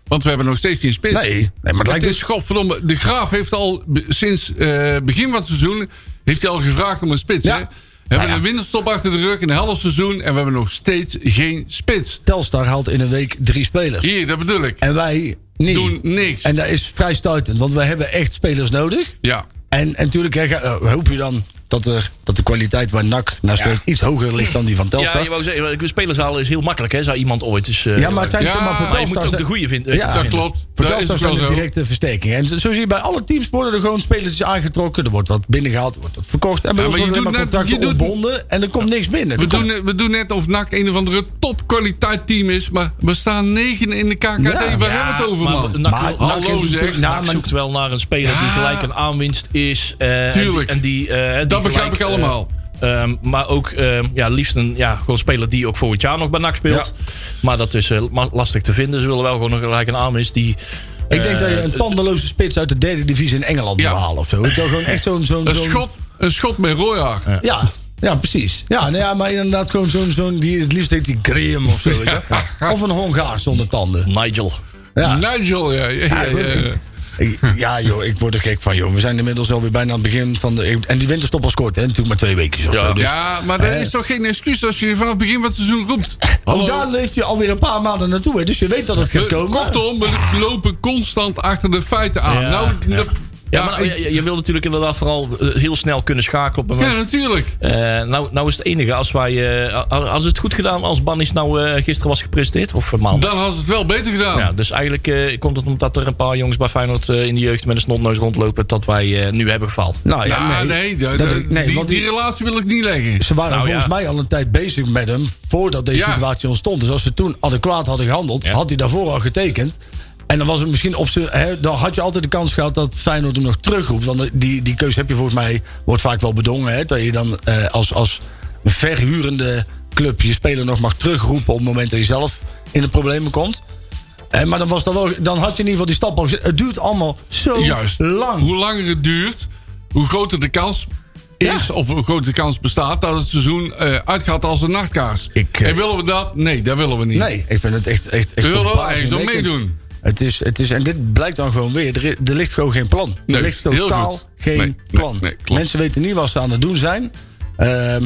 Want we hebben nog steeds geen spits. Nee, nee, maar het lijkt dus- het is godverdomme. De Graaf heeft al be- sinds eh, begin van het seizoen heeft hij al gevraagd om een spits. Ja. Hè? We hebben een winterstop achter de rug in de helft seizoen en we hebben nog steeds geen spits. Telstar haalt in een week drie spelers. Hier, dat bedoel ik. En wij niet. Doen niks. En dat is vrij stuitend, want we hebben echt spelers nodig. Ja. En, en natuurlijk hè, ga- eh, hoop je dan dat, er, dat de kwaliteit waar NAC naar speelt iets hoger ligt dan die van Ja, Telstar. je wou zeggen, spelers halen is heel makkelijk, hè? Zou iemand ooit eens... eh, Ja, maar het zijn Ja, zomaar voor maar maar je moet Telstar ook de zijn- goede vinden. Ja. Dat klopt. Voor dat is Telstar het wel zijn het zo. directe verstekingen. En zo, zo zie je bij alle teams worden er gewoon spelertjes aangetrokken. Er wordt wat binnengehaald, er wordt wat verkocht. En bij Ja, ons maar je doet worden maar net- contracten je doet- ontbonden en er komt niks binnen. We Er komt- doen, we doen net of NAC een of andere topkwaliteit team is, maar we staan negen in de KKD. Waar Ja. hebben we het over, maar man? NAC, Maar wil- NAC hallo is zeg, natuurlijk- NAC nou, maar- zoekt wel naar een speler die Ja. gelijk een aanwinst is. eh, en die- Tuurlijk. En die, eh, die Dat begrijp gelijk, ik allemaal. eh, ehm, maar ook ehm, ja, liefst een ja, gewoon speler die ook volgend jaar nog bij NAC speelt. Maar dat is eh, ma- lastig te vinden. Ze willen wel gewoon gelijk een aanwinst die... eh, ik denk dat je een tandeloze spits uit de derde divisie in Engeland Ja. moet halen of zo. Het is gewoon echt zo'n... zo'n Een zo'n- schot, een schot bij Royager. Ja, ja precies. Ja, nou ja, maar inderdaad gewoon zo'n... zo'n die, het liefst heet die Graham of zo. weet je wel. Of een Hongaar zonder tanden. Nigel. Ja. Nigel, ja. ja, ja, ja. Ik, ja, joh, ik word er gek van, joh. We zijn inmiddels alweer bijna aan het begin van de... En die winterstop was kort, hè? Natuurlijk maar twee weken of zo. Dus. Ja, maar dat is toch geen excuus als je vanaf het begin van het seizoen roept. Ook daar leef je alweer een paar maanden naartoe, hè? Dus je weet dat het gaat We, komen. Eh, kortom, we lopen constant achter de feiten aan. Ja. nou, Ja. dat- Ja, ja, maar ik- je, je wil natuurlijk inderdaad vooral eh, heel snel kunnen schakelen op het moment ja, natuurlijk. Eh, nou, nou is het enige, als wij, eh, a- als het goed gedaan als Bannis nou eh, gisteren was gepresenteerd, of eh, maandag. Dan had ze het wel beter gedaan. Ja, dus eigenlijk eh, komt het omdat er een paar jongens bij Feyenoord eh, in de jeugd met een snotneus rondlopen, dat wij eh, nu hebben gefaald. Nou ja, Ja, nee, nee. de- Dat- de- nee, die, want die die- relatie wil ik niet leggen. Ze waren Nou, volgens ja. mij al een tijd bezig met hem voordat deze Ja. situatie ontstond. Dus als ze toen adequaat hadden gehandeld, Ja. had hij daarvoor al getekend. En dan was het misschien op zijn. hè, Dan had je altijd de kans gehad dat Feyenoord hem nog terugroept. Want die, die keuze heb je volgens mij. Wordt vaak wel bedongen. Hè, dat je dan eh, als, als verhurende club je speler nog mag terugroepen. op het moment dat je zelf in de problemen komt. Eh, maar dan, was dat wel, dan had je in ieder geval die stap al gezet. Het duurt allemaal zo Juist. lang. Hoe langer het duurt, hoe groter de kans is, of hoe groter de kans bestaat dat het seizoen eh, uitgaat als een nachtkaars. Ik, eh, en willen we dat? Nee, dat willen we niet. Nee, ik vind het echt. echt, echt We willen wel ergens aan verbazingwekkend. meedoen. Het is, het is, en dit blijkt dan gewoon weer. Er, i- er ligt gewoon geen plan. Er Nee, ligt heel totaal goed. geen Nee, nee, plan. nee, klopt. Mensen weten niet wat ze aan het doen zijn. Ehm,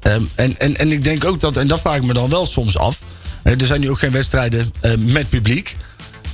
ehm, en, en, en ik denk ook dat, en dat vraag ik me dan wel soms af. eh, er zijn nu ook geen wedstrijden eh, met publiek.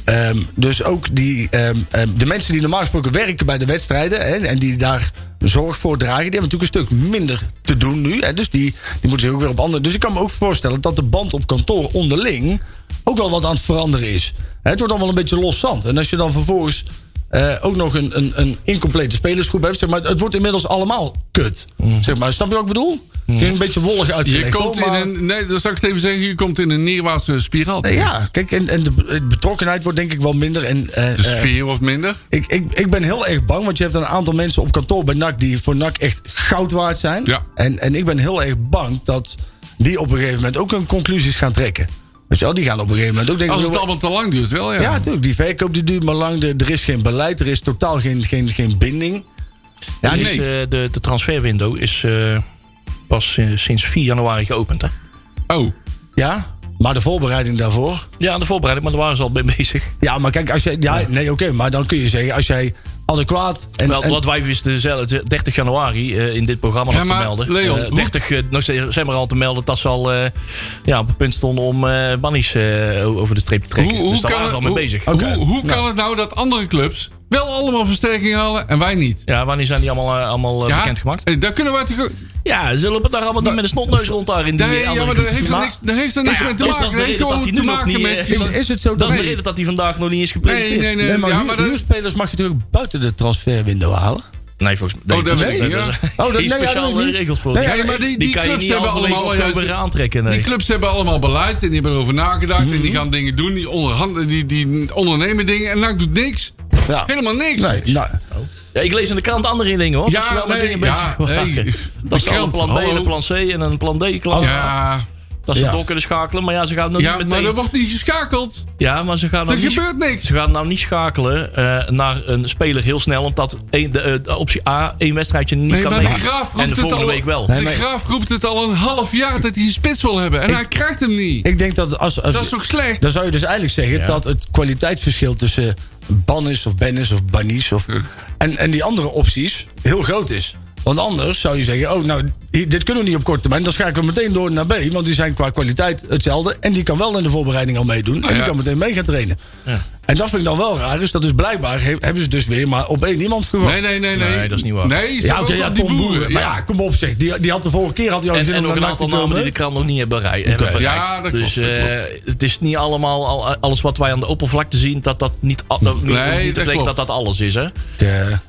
Ehm, dus ook die, ehm, ehm, de mensen die normaal gesproken werken bij de wedstrijden hè, en die daar zorg voor dragen, die hebben natuurlijk een stuk minder te doen nu. Hè, dus die, die moeten zich ook weer op andere. Dus ik kan me ook voorstellen dat de band op kantoor onderling ook wel wat aan het veranderen is. Hè, het wordt allemaal een beetje los zand. En als je dan vervolgens eh, ook nog een, een, een incomplete spelersgroep hebt, zeg maar, het wordt inmiddels allemaal kut. Mm. Zeg maar, snap je wat ik bedoel? Ging een beetje wollig Je uitgelegd. komt hoor, in maar- een, nee, dat zal ik het even zeggen, je komt in een neerwaartse spiraal. Nee, Ja, kijk, en, en de be- betrokkenheid wordt denk ik wel minder. En, eh, De eh, sfeer wordt minder. Ik, ik, ik ben heel erg bang, want je hebt een aantal mensen op kantoor bij NAC die voor NAC echt goud waard zijn. Ja. En, en ik ben heel erg bang dat die op een gegeven moment ook hun conclusies gaan trekken. Weet je wel, die gaan op een gegeven moment ook denken... Als zo- het allemaal te lang duurt, wel ja. ja, natuurlijk. Die verkoop die duurt maar lang. Er, er is geen beleid. Er is totaal geen, geen, geen binding. Ja, Dus, nee. eh, de, de transferwindow is eh, pas eh, sinds 4 januari geopend. Hè? Oh, Ja? Maar de voorbereiding daarvoor. Ja, aan de voorbereiding, maar daar waren ze al mee bezig. Ja, maar kijk, als jij. Ja, nee, oké, maar dan kun je zeggen, als jij adequaat. En, Wel, en- wat wij wisten dezelfde 30 januari eh, in dit programma Ja, nog maar te melden. Leon, Eh, hoe- 30 eh, nog steeds zeg maar al te melden dat ze al eh, ja, op het punt stonden om eh bannies eh, over de streep te trekken. dus daar waren ze al mee hoe- bezig. Hoe, hoe kan het nou dat andere clubs wel allemaal versterking halen en wij niet? Ja, wanneer zijn die allemaal, eh, allemaal eh, Ja, bekendgemaakt? eh, Daar kunnen wij natuurlijk. Ja, ze lopen daar allemaal niet met een snotneus rond daar in die eh, Nee, ja, andere maar dat club. heeft er Maar- niks, dat heeft er niks Nou ja, mee te dus maken. dat is de Het heeft reden dat gewoon hij te nu nog maken niet, met. eh, is, is het zo Dat is de nee, reden dat hij vandaag nog niet is Nee, nee, gepresenteerd. nee. nee, maar ja, huur- maar dat- huurspelers mag je toch ook buiten de transferwindow halen? Nee, volgens mij. Oh, dat is- weet ik, ja. is- dat- die nee, ja, speciaal dat is niet- regels voor. Nee, ja, maar die- die kan je clubs niet hebben halverwege allemaal, oh ja, oktober ze- aantrekken. Nee. Mhm. Die clubs hebben allemaal beleid en die hebben erover nagedacht. En die gaan dingen doen, die, onderhand, die, die ondernemen dingen. En NAC doet niks. Ja. Helemaal niks. Nee, nou, Ja, ik lees in de krant andere dingen hoor. Ja, dat ze wel met nee, dingen bezig ja, waren. nee, de dat ze al een krant, plan B en hallo. een plan C en een plan D klas. Ja, Dat ze Ja. door kunnen schakelen. Maar ja, ze gaan nou ja niet maar meteen. er wordt niet geschakeld. ja, maar ze gaan nou Er niet. gebeurt niks. Ze gaan nou niet schakelen eh, naar een speler heel snel. Omdat één- de, eh, de optie A één wedstrijdje niet Nee, kan maar de nemen. graaf roept en de het volgende al, week wel. De graaf roept het al een half jaar dat hij een spits wil hebben. En hij krijgt hem niet. ik denk dat als, als Dat is toch slecht? Dan zou je dus eigenlijk zeggen Ja. dat het kwaliteitsverschil tussen Bannis of Bennis of Bannis of, en, en die andere opties heel groot is. Want anders zou je zeggen, oh nou, hi- dit kunnen we niet op korte termijn. Dan schakelen we meteen door naar B, want die zijn qua kwaliteit hetzelfde. En die kan wel in de voorbereiding al meedoen. En die ja. kan meteen mee gaan trainen. En dat vind ik dan wel raar, is dat dus blijkbaar he- hebben ze dus weer maar op één iemand gegooid. Nee, nee, nee, nee. Nee, dat is niet waar. Nee, ze Ja, ja, oké, ja, die Tom boeren. Boeren. Maar ja, kom op zeg. Die, die had de vorige keer had hij al En, zin en om ook naar een NAC te aantal namen komen. die de krant nog niet hebben bereikt. hebben bereikt. Ja, dat dus klopt, dat eh, het is niet allemaal al, alles wat wij aan de oppervlakte zien. Dat dat niet, al- dat, Nee, dat niet betekent klopt. dat dat alles is. Hè? Ja.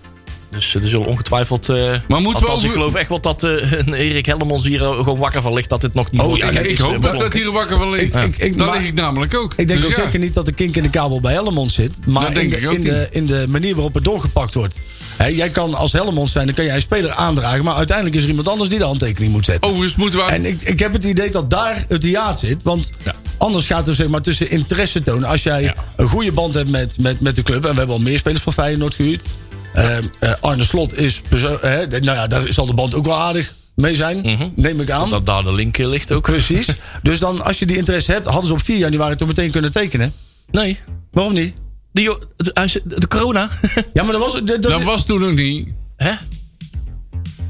Dus eh, er zullen ongetwijfeld. eh Maar moeten we althans, over- ik geloof echt wel dat eh, een Erik Helmond hier eh, gewoon wakker van ligt dat dit nog niet Oh, wordt. ja, Ik, Het ik is, eh, hoop dat dat beklonken. hier wakker van ligt. Ik- ik- ik- Daar maar- lig ik namelijk ook. Ik denk Dus ook ja. zeker niet dat de kink in de kabel bij Helmond zit. Maar Dat denk in, de, ik ook in, de, in de manier waarop het doorgepakt wordt. Hè, jij kan als Helmond zijn, dan kan jij een speler aandragen. Maar uiteindelijk is er iemand anders die de handtekening moet zetten. Overigens moeten we... En ik, ik heb het idee dat daar het hiaat zit. Want anders gaat er zeg maar tussen interesse tonen. Als jij een goede band hebt met, met, met de club. En we hebben al meer spelers van Feyenoord gehuurd. Ehm, eh, Arne Slot is... perso- eh, d- nou ja, daar zal de band ook wel aardig mee zijn. Mhm. Neem ik aan. Dat daar de link in ligt ook. Precies. dus dan, als je die interesse hebt, hadden ze op 4 januari toch meteen kunnen tekenen. Nee. Waarom niet? Die, jo- het- hij zit- de corona. Ja, maar dat was. Dat, dat- dat was toen nog niet. Hè?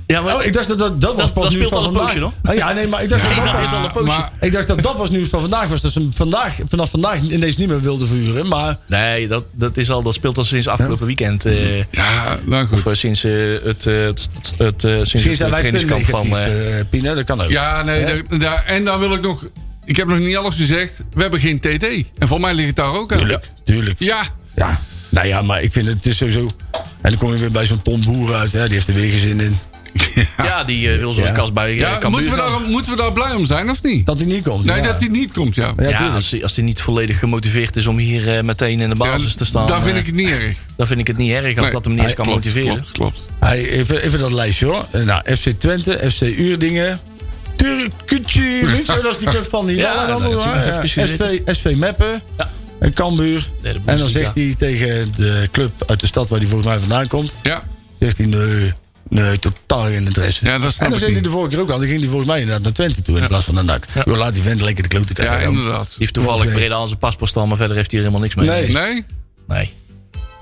Ja, maar oh, ik dacht dat dat, dat was dat pas nieuws speelt van al een vandaag. poosje, Ah, ja, nee, maar ik dacht, dat, dat dat is was, al een poosje. maar- ik dacht dat dat was nieuws van vandaag was. Dat ze hem vandaag, vanaf vandaag ineens niet meer wilden verhuren. Maar Nee, dat, dat, is al, dat speelt al sinds afgelopen weekend. eh, Ja, nou goed. of eh, sinds eh, het, eh, het, het, eh, sinds misschien het eh, zijn wij te trainingskamp negatief, van... eh, eh, Pina. Dat kan ook. Ja, nee. daar- daar- en dan wil ik nog... Ik heb nog niet alles gezegd. We hebben geen TT. En voor mij ligt het daar ook aan. tuurlijk. Tuurlijk. Ja. Ja. Nou ja, maar ik vind het, het is sowieso... En dan kom je weer bij zo'n Tom Boer uit. Hè, die heeft er weer geen zin in. ja, die eh, wil zoals Ja. kast bij eh, ja, Cambuur moeten, we gaan. daar, moeten we daar blij om zijn of niet? Dat hij niet komt. nee, ja. dat hij niet komt, ja. Ja, Ja, tuurlijk. als hij, als hij niet volledig gemotiveerd is om hier eh, meteen in de Ja, basis te staan... Daar vind eh, ik het niet erg. Dan vind ik het niet erg als Nee. dat hem niet eens Nee, kan klopt, motiveren. Klopt, klopt. Hey, even, even dat lijstje hoor. Eh, Nou, FC Twente, FC Uerdingen. Turkutje, Minsk, oh, dat is die club van die. Ja, Ja, nou, natuurlijk, even SV, SV Meppen Ja. en Cambuur. Derde En dan Bundesliga. zegt hij tegen de club uit de stad waar hij volgens mij vandaan komt. Ja, Zegt hij, nee, nee, totaal geen interesse. ja dat en snap dan ik zegt hij niet. de vorige keer ook al. Dan ging hij volgens mij inderdaad naar Twente toe in plaats van naar NAC. Joh, laat die vent lekker de klote Ja, krijgen. inderdaad. Die heeft toevallig Oké. Breda aan zijn paspoort al, maar verder heeft hij er helemaal niks mee. Nee. Hm. Nee? Nee.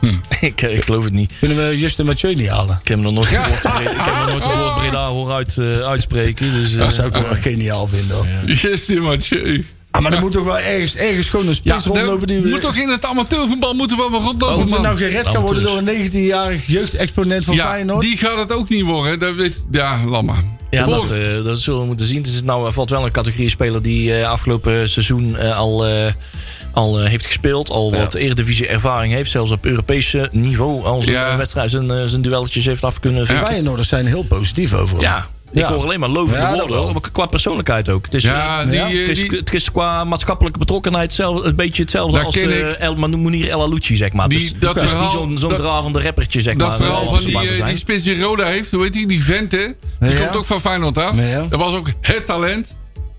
ik, eh, ik geloof het niet. Kunnen we Justin Mathieu niet halen? Ik heb hem nog nooit Ja. gehoord. Breda- Ik heb nog nooit gehoord Breda hoor uit, eh, uitspreken. Dus, eh, Dat zou ik toch wel geniaal vinden hoor. Justin Mathieu. Ah, maar er moet toch wel ergens, ergens gewoon een Ja, spits daar rondlopen die we... moet toch in het amateurvoetbal moeten we wel Oh, rondlopen, Als er man. nou gered gaan worden door een 19-jarig jeugdexponent van ja, Feyenoord. die gaat het ook niet worden. Dat weet, ja, laat maar. ja, Volgens- dat, eh, dat zullen we moeten zien. Dus nou eh, valt wel een categorie speler die eh, afgelopen seizoen eh, al, eh, al eh, heeft gespeeld. Al wat eredivisie ervaring heeft. Zelfs op Europese niveau al zijn Ja. eh, wedstrijd, zijn, eh, zijn duelletjes heeft af kunnen De vechten. Feyenoorders zijn heel positief over hem. Ja. Ik Ja. hoor alleen maar lovende Ja, dat woorden. wel. hoor. Maar Qua persoonlijkheid ook. Het is, eh, ja, die, ja, eh, Het is, die, het is qua maatschappelijke betrokkenheid zelf, een beetje hetzelfde Dat als ken eh, ik. El Manir El Alouchi, zeg maar. Die- dus, dat het is verhaal- niet zo'n zo'n dat- dravende rappertje, zeg dat maar. verhaal eh, van om zo die, maar te eh, zijn. die spits die rode heeft, hoe heet die? Die vent, hè? Die Ja. komt ook van Feyenoord af. Ja. Dat was ook het talent.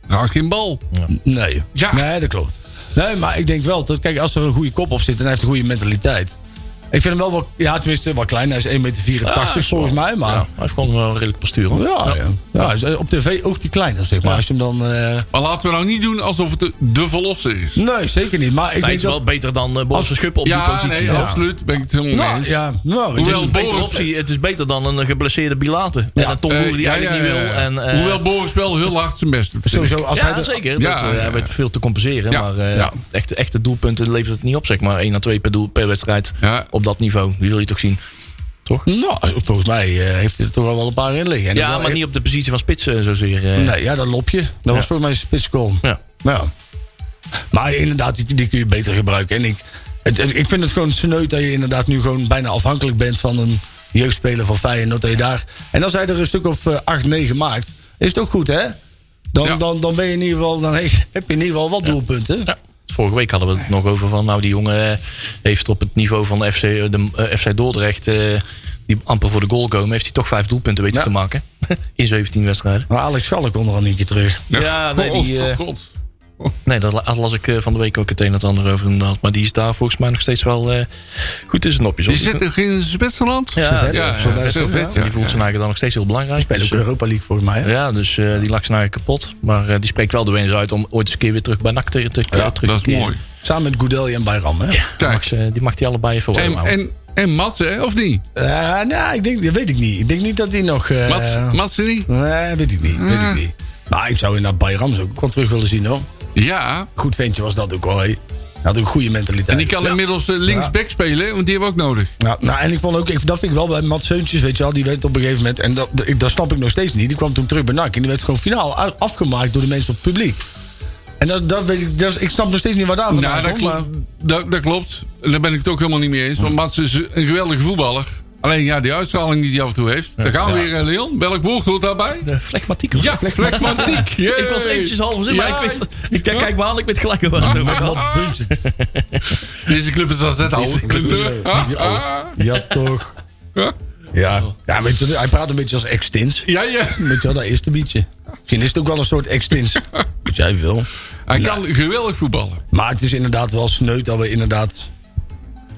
Raak geen bal. Nee. Ja. Nee, dat klopt. Nee, maar ik denk wel dat, kijk, als er een goede kop op zit en hij heeft een goede mentaliteit. Ik vind hem wel wel, ja, tenminste wel klein. Hij is 1,84 meter volgens mij. Maar Ah, Ja, hij heeft gewoon wel redelijk postuur. hoor. ja, ja. ja, dus op tv oogt hij kleiner, zeg maar. Als je hem dan... eh, Maar laten we nou niet doen alsof het de, de verlosser is. nee, zeker niet. Maar ik Hij denk is dat... wel beter dan eh Boris Verschuppen op die Ja, positie. nee, absoluut. Ben ik het helemaal mee Nou, eens. ja, nou, Het ik denk- is een Hoewel betere Boris- optie. Het is beter dan een geblesseerde Bilate. En een Tom Eh, Boer die ja, eigenlijk ja, niet ja, wil. ja. En, eh, Hoewel Boris wel heel hard zijn best doet. sowieso, als hij ja, de- zeker. Ja, dat, eh, ja, Hij ja. weet veel te compenseren. Ja. Maar eh Ja. echte, echte doelpunten levert het niet op, zeg maar. 1 à 2 per doel per wedstrijd Ja. op dat niveau. Die wil je toch zien. Nou, volgens mij eh, heeft hij er toch wel een paar in liggen. En Ja, dan- maar niet op de positie van spits eh, zozeer. eh. Nee, ja, dat lopje. Dat was volgens mij spitskool. Ja. Nou, maar inderdaad, die, die kun je beter gebruiken. En ik, het- het- ik vind het gewoon sneu dat je inderdaad nu gewoon bijna afhankelijk bent van een jeugdspeler van Feyenoord. Dat je daar, en als hij er een stuk of eh, acht, negen maakt, is het ook goed, hè? Dan, Ja. dan, dan ben je in ieder geval, dan he- heb je in ieder geval wat doelpunten. Ja. Vorige week hadden we het nog over van, nou die jongen eh, heeft op het niveau van de FC, de, eh, FC Dordrecht, eh, die amper voor de goal komen, heeft hij toch vijf doelpunten weten Ja. te maken. In 17 wedstrijden. Maar Alex Schalk kon er al een keer terug. Ja, nee, die, oh, eh, god. Nee, dat la- las ik eh, van de week ook het een en het ander over inderdaad. Maar die is daar volgens mij nog steeds wel eh, goed in zijn nopjes. Je hoor. zit toch in Zwitserland? ja, Servet, ja, ja, zo daar- Servet, ja. die voelt zijn eigen dan nog steeds heel belangrijk. Bij de Dus, eh, Europa League volgens mij. hè? ja, dus eh, die lag zijn eigen kapot. Maar eh, die spreekt wel de wens uit om ooit eens een keer weer terug bij NAC te, te, Ja, terug dat te is keren. mooi. Samen met Goudelje en Bayram. Hè? Die Kijk. mag ze- die mag die allebei even En, warm houden. en, en Mats, hè, of niet? Eh, nou, ik denk, dat weet ik niet. Ik denk niet dat hij nog... eh, Mats, Mats niet? Nee, weet ik niet. Weet ik niet. Maar ik zou inderdaad Bayram ook wel terug willen zien hoor. Ja. Goed ventje was dat ook hoor. hè. Hij had ook een goede mentaliteit. En die kan inmiddels eh, linksback spelen, want die hebben we ook nodig. Ja, nou, en ik vond ook, ik, dat vind ik wel bij Mats Seuntjes, weet je wel. Die werd op een gegeven moment, en dat, dat- ik- dat snap ik nog steeds niet. Die kwam toen terug bij NAC en die werd gewoon finaal uit- afgemaakt door de mensen op het publiek. En dat, dat weet ik, dat, is- ik snap nog steeds niet waar daar Nou, vandaan dat, komt, klo- maar- dat, dat klopt. En Daar ben ik het ook helemaal niet mee eens. Want Mats is een geweldige voetballer. Alleen ja, die uitstraling die hij af en toe heeft. Daar gaan we weer, eh, Leon. Welk woord hoort daarbij? de flegmatiek. hoor. Ja, flegmatiek. Ik was eventjes half zin, maar Ja, ik, weet, ik kijk, kijk maar aan, ik weet gelijk waar het over gaat. Mats Seuntjes. Deze club is als dat oude club. is, hè? eh, Ah, niet ah, Ja, toch. ah. Ja, ja weet je, hij praat een beetje als extins. Ja, ja. Weet je wel, dat eerste beetje. Misschien is het ook wel een soort extins. Wat jij wil. Hij kan geweldig voetballen. Maar het is inderdaad wel sneu dat we inderdaad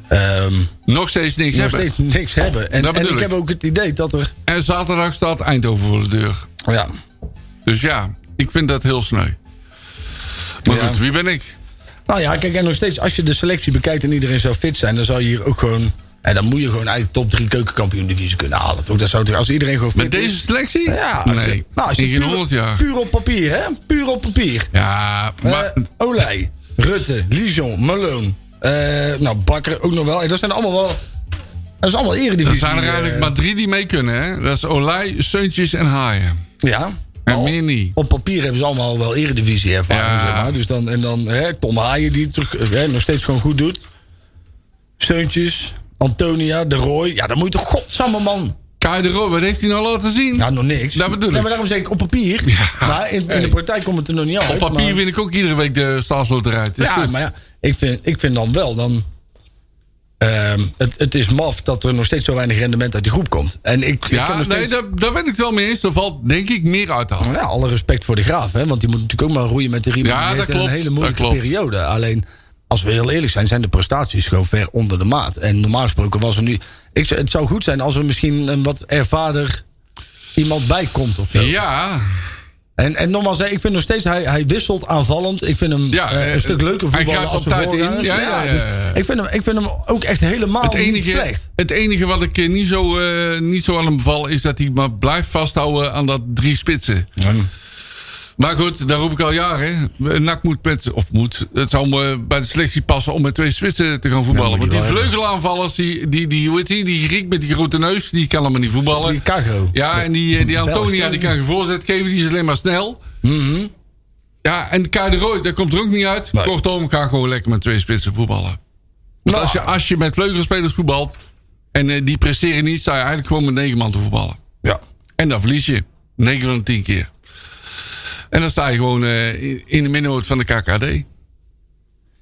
ehm, Nog steeds niks nog hebben. steeds niks hebben. En, Dat en bedoel ik ik. heb ook het idee dat er... En zaterdag staat Eindhoven voor de deur. Ja, Dus ja, ik vind dat heel sneu. Maar Ja. goed, wie ben ik? nou ja, kijk, en nog steeds, als je de selectie bekijkt en iedereen zou fit zijn... dan zou je hier ook gewoon... En dan moet je gewoon eigenlijk top 3 keukenkampioen-divisie kunnen halen. Toch? Dat zou toch, als iedereen gewoon fit Met deze is... selectie? Ja, als je, nee. nou, als je in geen puur, 100 jaar. puur op papier, hè? Puur op papier. Ja, maar Eh, Olij, Rutte, Lijon, Malone. eh, nou, Bakker ook nog wel. En dat zijn allemaal wel... Dat is allemaal eredivisie. er zijn er eigenlijk eh, maar drie die mee kunnen. Hè? Dat is Olij, Seuntjes en Haaien. Ja. Oh. En meer niet. op papier hebben ze allemaal wel eredivisie ervaring. Ja. Zeg maar. dus dan, en dan hè, Tom Haaien die het terug, hè, nog steeds gewoon goed doet. Steuntjes, Antonia, De Roy. Ja, dan moet je toch godsamme man. Kai de Roy, wat heeft hij nou laten zien? Ja, nog niks. Dat bedoel Ja, ik. maar daarom zeg ik op papier. Ja. Maar in, in de Hey. praktijk komt het er nog niet uit. Op papier maar, vind ik ook iedere week de staatsloterij. Dus Ja, goed. maar ja, ik vind, ik vind dan wel dan... ehm, het, het is maf dat er nog steeds zo weinig rendement uit die groep komt. En ik, ik heb ja nog steeds- nee, daar, daar ben ik het wel mee eens. Er valt denk ik meer uit te halen. Ja, alle respect voor de graaf, hè? want die moet natuurlijk ook maar roeien met de riemen. Ja, Die dat heeft klopt, een hele dat moeilijke klopt. periode. Alleen, als we heel eerlijk zijn, zijn de prestaties gewoon ver onder de maat. En normaal gesproken was er nu. Ik, zou- het zou goed zijn als er misschien een wat ervaarder iemand bij komt of zo. Ja, En, en nogmaals, hè, ik vind nog steeds, hij, hij wisselt aanvallend. Ik vind hem Ja, eh, eh, een stuk leuker hij voetballer grijpt als op de tijd in. voorgaangers. Ja, ja, ja, dus ja. ik, vind hem, ik vind hem ook echt helemaal het Oh, niet enige, slecht. het enige wat ik eh, niet zo, eh, niet zo aan hem val is dat hij maar blijft vasthouden aan dat drie spitsen. Maar goed, daar roep ik al jaren. NAC moet met, of moet, het zou me bij de selectie passen om met twee spitsen te gaan voetballen. Ja, Want moet die die wel vleugelaanvallers, die, die, die, hoe heet die, die Griek met die grote neus, die kan helemaal niet voetballen. Die Cago. Ja, en die, eh, die Belg, Mhm. Antonia, die kan geen voorzet geven, die is alleen maar snel. Ja, en Kai de Roy, daar komt er ook niet uit. Nee. Kortom, ga gewoon lekker met twee spitsen voetballen. Want Nou. als, je, als je met vleugelspelers voetbalt en eh, die presteren niet, sta je eigenlijk gewoon met negen man te voetballen. Ja. En dan verlies je. 9 van de 10 keer. En dan sta je gewoon eh, in- in de middenhoofd van de KKD.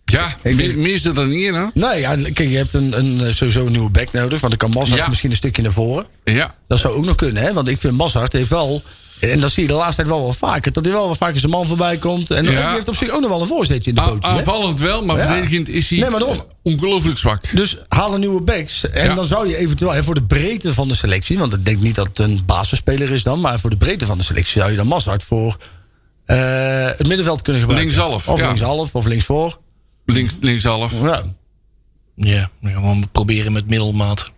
Ja, Ik meer, denk- meer zit er niet in, hè? Nee, ja, kijk, je hebt een, een, eh, sowieso een nieuwe back nodig. Want dan kan Massa Ja. misschien een stukje naar voren. Ja. Dat zou ook nog kunnen, hè? Want ik vind Mazhart heeft wel En dan zie je de laatste tijd wel wel vaker. Dat hij wel wel vaker zijn man voorbij komt. En Ja. die heeft op zich ook nog wel een voorzetje in de A- pootjes. hè? aanvallend wel, maar Ja. verdedigend is hij Nee, maar daarom. ongelooflijk zwak. Dus haal een nieuwe backs. En Ja. dan zou je eventueel hè, voor de breedte van de selectie. Want ik denk niet dat het een basisspeler is dan. Maar voor de breedte van de selectie zou je dan Mazart voor eh, het middenveld kunnen gebruiken. Linkshalf, Of ja. linkshalf of linksvoor. Links, linkshalf. Ja, Ja, dan gaan we proberen met middelmaat.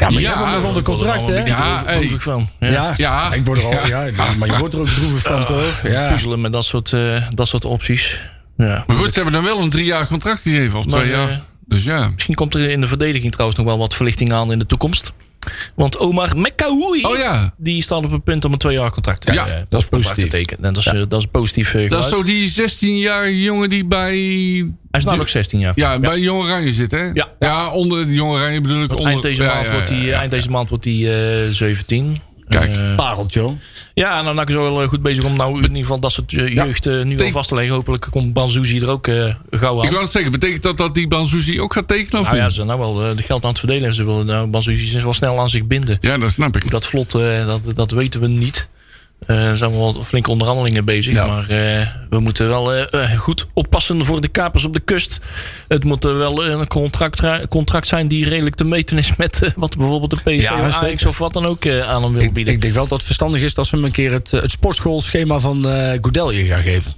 ja maar je Ja, hebt hem nog onder contract, hè? Ja, Ja, hey. ik van. Ja. Ja. Ik word er al, ja. maar je wordt er ook droevig van, toch? Ja. Puzzelen met dat soort, eh, dat soort opties. Ja. Maar goed, ze hebben dan wel een drie jaar contract gegeven, of Maar, twee jaar. eh, dus ja. Misschien komt er in de verdediging trouwens nog wel wat verlichting aan in de toekomst. Want Omar Mekkaoui, Oh ja. die staat op het punt om een twee jaar contract te Ja, eh, dat is contract te positief. tekenen. En dat is, eh, dat is een positief. eh, Dat is geluid. zo die 16-jarige jongen die bij, Hij is namelijk 16 jaar. ja, bij Jong Oranje zit, hè? Ja. onder de Jong Oranje bedoel ik. onder, Eind deze ja, maand ja, wordt hij ja. eh, eind deze maand wordt hij eh, 17. Kijk. Eh, Pareltje, joh. ja, en dan ben ik zo wel eh, goed bezig om nou in ieder geval dat soort eh, jeugd eh, nu al Denk- vast te leggen. Hopelijk komt Banzuzi er ook eh, gauw aan. Ik wou het zeggen, betekent dat dat die Bansuzi ook gaat tekenen? Of Nou ja, niet? ze zijn nou wel eh, de geld aan het verdelen. en Ze willen nou Banzuzi wel snel aan zich binden. ja, dat snap ik. Hoe dat vlot, eh, dat, dat weten we niet. Eh, er zijn wel wat flinke onderhandelingen bezig. Maar eh, we moeten wel eh, eh, goed oppassen voor de kapers op de kust. Het moet eh, wel een contract, ra- contract zijn die redelijk te meten is met eh, wat bijvoorbeeld de PSV Ja, of Ajax zeker. of wat dan ook eh, aan hem wil Ik, bieden. ik denk wel dat het verstandig is dat ze hem een keer het, eh, het sportschoolschema van eh Goudelje gaan geven.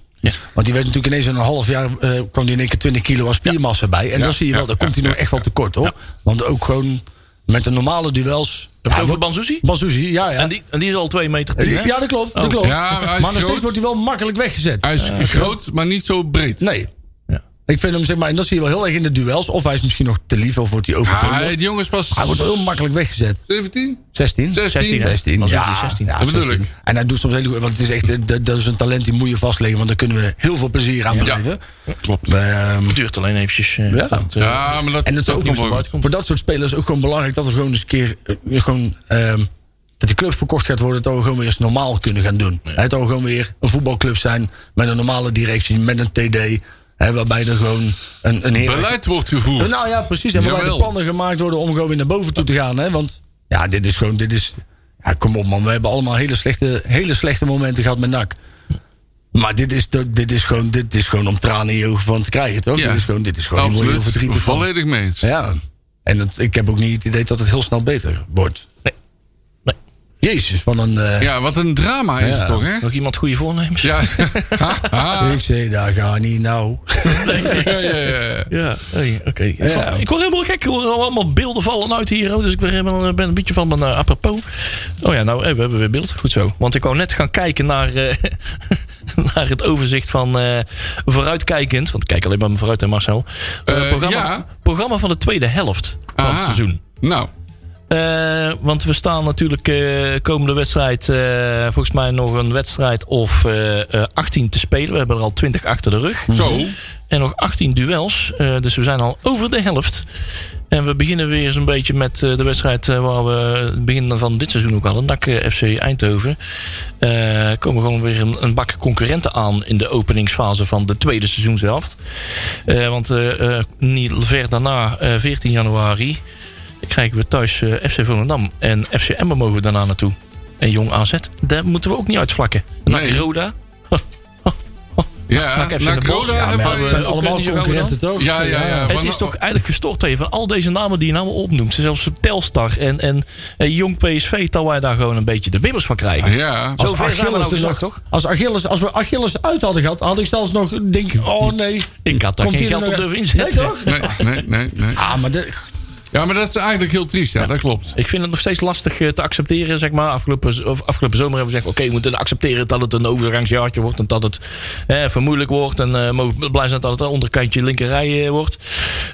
Want die werd natuurlijk ineens in een half jaar, eh, kwam die in één keer 20 kilo aan spiermassa bij. En dan zie je wel, daar komt hij nog echt wel tekort hoor. Want ook gewoon met de normale duels. Heb je het over Banzuzi? Bazouzi, ja ja. En, die, en die is al 2 meter 10, hè? Ja, dat klopt, dat Oh. klopt. Ja, hij is maar nog groot. steeds wordt hij wel makkelijk weggezet. Hij is groot, maar niet zo breed. Nee. Ja. Ik vind hem zeg maar, en dat zie je wel heel erg in de duels. Of hij is misschien nog te lief, of wordt hij Ah, overtuigd. die jongen is pas hij wordt wel heel makkelijk weggezet. 17? 16? 16, 16, hè? 16. Dan Ja, is hij 16. ja, Dat bedoel 16. ik. En hij doet soms hele goed. Want het is echt, eh, dat, dat is een talent die moet je vastleggen. Want daar kunnen we heel veel plezier aan beleven. Klopt. Ehm, Het duurt alleen eventjes. eh, Ja. want, eh, Ja, maar dat, en het is ook niet voor, mogelijk. voor dat soort spelers ook gewoon belangrijk dat er gewoon eens een keer eh, gewoon, ehm, dat de club verkocht gaat worden, dat we gewoon weer eens normaal kunnen gaan doen. Hè, Dat we gewoon weer een voetbalclub zijn met een normale directie, met een TD. hè, waarbij er gewoon een, een heerlijk- Beleid wordt gevoerd. Nou ja, precies. En waarbij de Jawel. plannen gemaakt worden om gewoon weer naar boven toe te gaan. Hè? Want ja, dit is gewoon, dit is... Ja, kom op man, we hebben allemaal hele slechte, hele slechte momenten gehad met NAC. Maar dit is, de- dit is, gewoon, dit is gewoon om tranen in je ogen van te krijgen, toch? Dit is gewoon, dit is gewoon je wordt heel Absoluut. verdrietig van. Volledig mee eens. Ja. En het, ik heb ook niet het idee dat het heel snel beter wordt. Nee. Nee. Jezus, van een... eh, Ja, wat een drama is Ja. het toch, hè? Nog iemand goede voornemens? Ja. Ha, ha. Ik zei, daar ga niet nou. ja, ja, ja. Ja, hey, oké. Ik vond- Ik word helemaal gek. Ik hoor allemaal beelden vallen uit hier. hoor. Dus ik ben, helemaal- ben een beetje van mijn eh, apropos. Oh ja, nou, eh, we hebben weer beeld. Goed zo. Want ik wou net gaan kijken naar, eh, naar het overzicht van eh, Vooruitkijkend. Want ik kijk alleen maar vooruit en Marcel. Eh, Eh, programma, ja. programma van de tweede helft van het Aha. seizoen. Nou, Eh, want we staan natuurlijk eh, komende wedstrijd, eh, volgens mij nog een wedstrijd of eh, eh, 18 te spelen. We hebben er al 20 achter de rug. zo. En nog 18 duels. eh, dus we zijn al over de helft. En we beginnen weer zo'n beetje met eh, de wedstrijd eh, waar we het begin van dit seizoen ook hadden. NAC eh, FC Eindhoven. Eh, komen gewoon weer een, een bak concurrenten aan in de openingsfase van de tweede seizoenshelft. Eh, want eh, eh, niet ver daarna, eh, 14 januari, krijgen we thuis eh, FC Volendam. En FC Emmen mogen we daarna naartoe. En Jong AZ, daar moeten we ook niet uitvlakken. NAC Nee. Roda. Ja, Maak even naar de bos. Roda Ja, hebben maar Het wij- zijn ook allemaal niet zo gauw concurrenten, toch? Ja, ja, ja. Het is toch eigenlijk gestort hè, van al deze namen die je nou opnoemt. Zelfs Telstar en, en, en Jong PSV, dat wij daar gewoon een beetje de bibbers van krijgen. Ja. Zo ver zijn Als we Achilles, nou dus gezakt, nog, toch? als, Achilles, als we Achilles uit hadden gehad, had ik zelfs nog denk, oh nee. Ik had daar Komt geen hier geld nog- op durven Nee, inzetten. toch? Nee, nee, nee, nee. Ah, maar de, Ja, maar dat is eigenlijk heel triest. Ja, dat klopt. Ik vind het nog steeds lastig eh, te accepteren, zeg maar. Afgelopen, z- of afgelopen zomer hebben we gezegd... oké, we moeten accepteren dat het een overgangsjaartje wordt... en dat het eh, vermoeilijk wordt... en eh, mogen we blij zijn dat het een onderkantje linkerrij eh, wordt.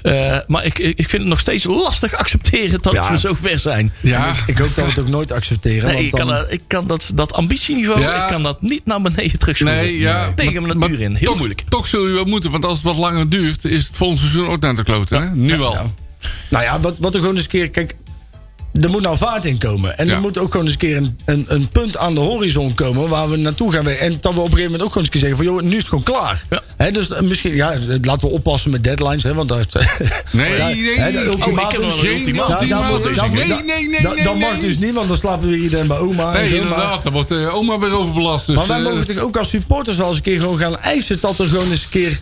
Eh, maar ik, ik ik vind het nog steeds lastig accepteren dat Ja. we zo ver zijn. Ja. ik hoop dat we het ook nooit accepteren. Nee, want ik kan, dan, dat- ik kan dat, dat ambitieniveau Ja. ik kan dat niet naar beneden terugschroeven. Nee, ja. Tegen mijn Maar natuur in. Heel toch- moeilijk. Toch zul je wel moeten, want als het wat langer duurt, is het volgend seizoen ook naar de kloten. Hè? Nu al. nou ja, wat, wat er gewoon eens een keer... Kijk, er moet nou vaart in komen. En Ja. er moet ook gewoon eens een keer een, een, een punt aan de horizon komen waar we naartoe gaan. werken. En dat we op een gegeven moment ook gewoon eens een keer zeggen van joh, nu is het gewoon klaar. Ja. Hè, dus eh, misschien, ja, eh, laten we oppassen met deadlines. Hè, want daar, Nee, nee, hè, de nee. Oh, ik heb ultimatum. wel een Geen ultimatum. Ja, ultimatum. daar wordt- daar- Nee, daar- nee, nee, daar- nee, Dat mag nee. dus niet, want dan slapen we iedereen bij oma. en Nee, zo, maar- inderdaad. Dan wordt eh, oma weer overbelast. Dus, maar wij eh, mogen toch ook als supporters wel eens een keer gewoon gaan eisen dat er gewoon eens een keer